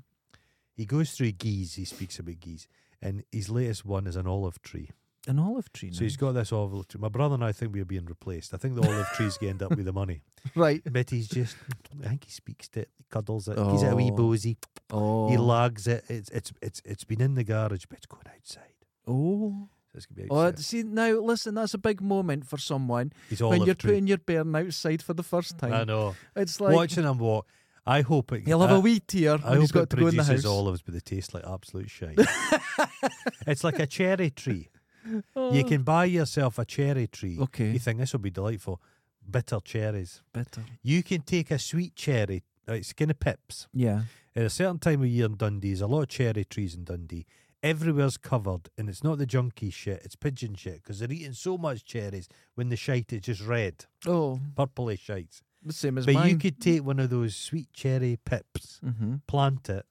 S2: He goes through Gees. He speaks about Gees, and his latest one is an olive tree.
S1: An olive tree.
S2: So he's got this olive tree. My brother and I think we are being replaced. I think the olive tree's going to end up with the money.
S1: right.
S2: But he's just, I think he speaks to it. He cuddles it. He's a wee
S1: Oh.
S2: bozy.
S1: Oh.
S2: He lags it. It's it's it's it's been in the garage, but it's going outside.
S1: oh.
S2: So it's going to be
S1: Oh,
S2: outside.
S1: see now, listen. That's a big moment for someone
S2: he's
S1: when
S2: olive
S1: you're
S2: tree.
S1: putting your bairn outside for the first time.
S2: I know.
S1: It's like
S2: Watching him walk, I hope it.
S1: he'll have a
S2: I-
S1: wee
S2: Uh, I
S1: tear when
S2: hope
S1: he's
S2: it
S1: got to go in the
S2: produces
S1: house.
S2: olives, but they taste like absolute shit. it's like a cherry tree. You
S1: Oh.
S2: can buy yourself a cherry tree.
S1: Okay.
S2: You think this will be delightful. Bitter cherries.
S1: Bitter.
S2: You can take a sweet cherry, like skin of pips.
S1: Yeah.
S2: At a certain time of year in Dundee, there's a lot of cherry trees in Dundee. Everywhere's covered, and it's not the junkie shit, it's pigeon shit, because they're eating so much cherries when the shite is just red,
S1: Oh,
S2: purpley shites.
S1: the same as
S2: But
S1: mine.
S2: you could take one of those sweet cherry pips,
S1: hmm
S2: plant it,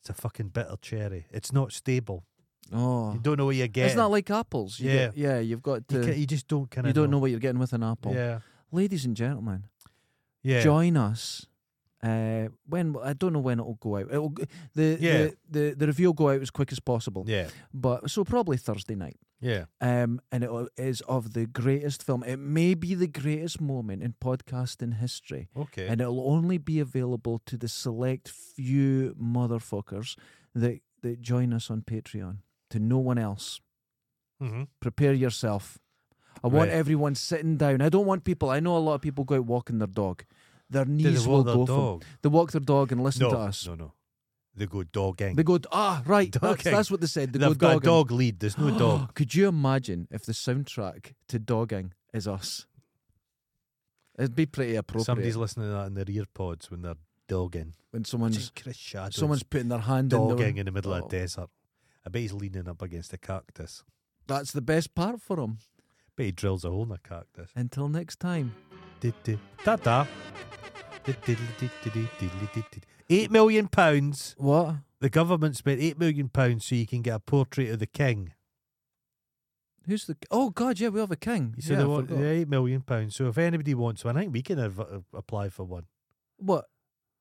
S2: it's a fucking bitter cherry. It's not stable.
S1: Oh,
S2: You don't know what you're
S1: it's
S2: getting.
S1: not like apples. You
S2: Yeah.
S1: get- yeah. You've got
S2: you, ca-
S1: to.
S2: you just don't kind
S1: You,
S2: of
S1: don't know. what you're getting with an apple.
S2: Yeah.
S1: Ladies and gentlemen,
S2: Yeah.
S1: join us. Uh, when I don't know when it'll go out. It'll g- the,
S2: Yeah.
S1: the the the review will go out as quick as possible.
S2: yeah.
S1: But so probably Thursday night.
S2: Yeah.
S1: Um, and it is of the greatest film. It may be the greatest moment in podcasting history.
S2: Okay.
S1: and it'll only be available to the select few motherfuckers that that join us on Patreon. To no one else.
S2: mm-hmm.
S1: Prepare yourself. I want
S2: Right.
S1: everyone sitting down. I don't want people. I know a lot of people go out walking their dog. Their
S2: Do
S1: knees
S2: they
S1: will
S2: walk
S1: go.
S2: their
S1: From,
S2: dog?
S1: they walk their dog and listen
S2: No,
S1: to us.
S2: no, no. They go dogging.
S1: They go. Ah, right. That's,
S2: Dogging.
S1: that's what they said. They
S2: They've got
S1: go dogging.
S2: a dog lead. There's no dog.
S1: Could you imagine if the soundtrack to dogging is us? It'd be pretty appropriate
S2: Somebody's listening to that in their ear pods when they're dogging.
S1: when someone's
S2: Just Chris Shadows
S1: someone's putting their hand in their
S2: dogging in the middle
S1: Oh.
S2: of a desert. I bet he's leaning up against a cactus.
S1: Oh, That's the best part for him.
S2: bet he drills a hole in a cactus.
S1: Until next time.
S2: Da da. Eight million pounds.
S1: What?
S2: The government spent eight million pounds so you can get a portrait of the king.
S1: Who's the? Oh God, yeah, we have a king.
S2: You said
S1: yeah, I
S2: they want
S1: forgot.
S2: they're eight million pounds. So if anybody wants one, I think we can have, uh, apply for one.
S1: What?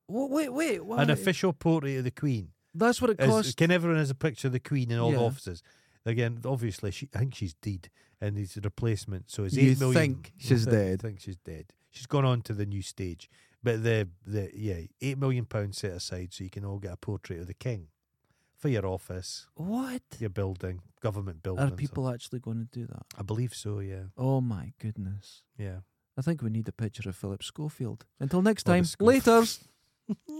S1: Wha- Wait, wait, wait.
S2: An official portrait of the Queen.
S1: That's what it
S2: Is-
S1: costs.
S2: can everyone has a picture of the Queen in all
S1: Yeah.
S2: offices? Again, obviously, she, I think she's dead, and he's a replacement. So it's
S1: You
S2: eight million.
S1: think she's
S2: I thi-
S1: dead?
S2: think she's dead. She's gone on to the new stage. But the the yeah, eight million pounds set aside so you can all get a portrait of the King for your office,
S1: What?
S2: your building, government building.
S1: Are people actually going to do that?
S2: I believe so. Yeah,
S1: Oh my goodness.
S2: yeah.
S1: I think we need a picture of Philip Schofield. Until next
S2: Or the
S1: time,
S2: Schof-
S1: later's.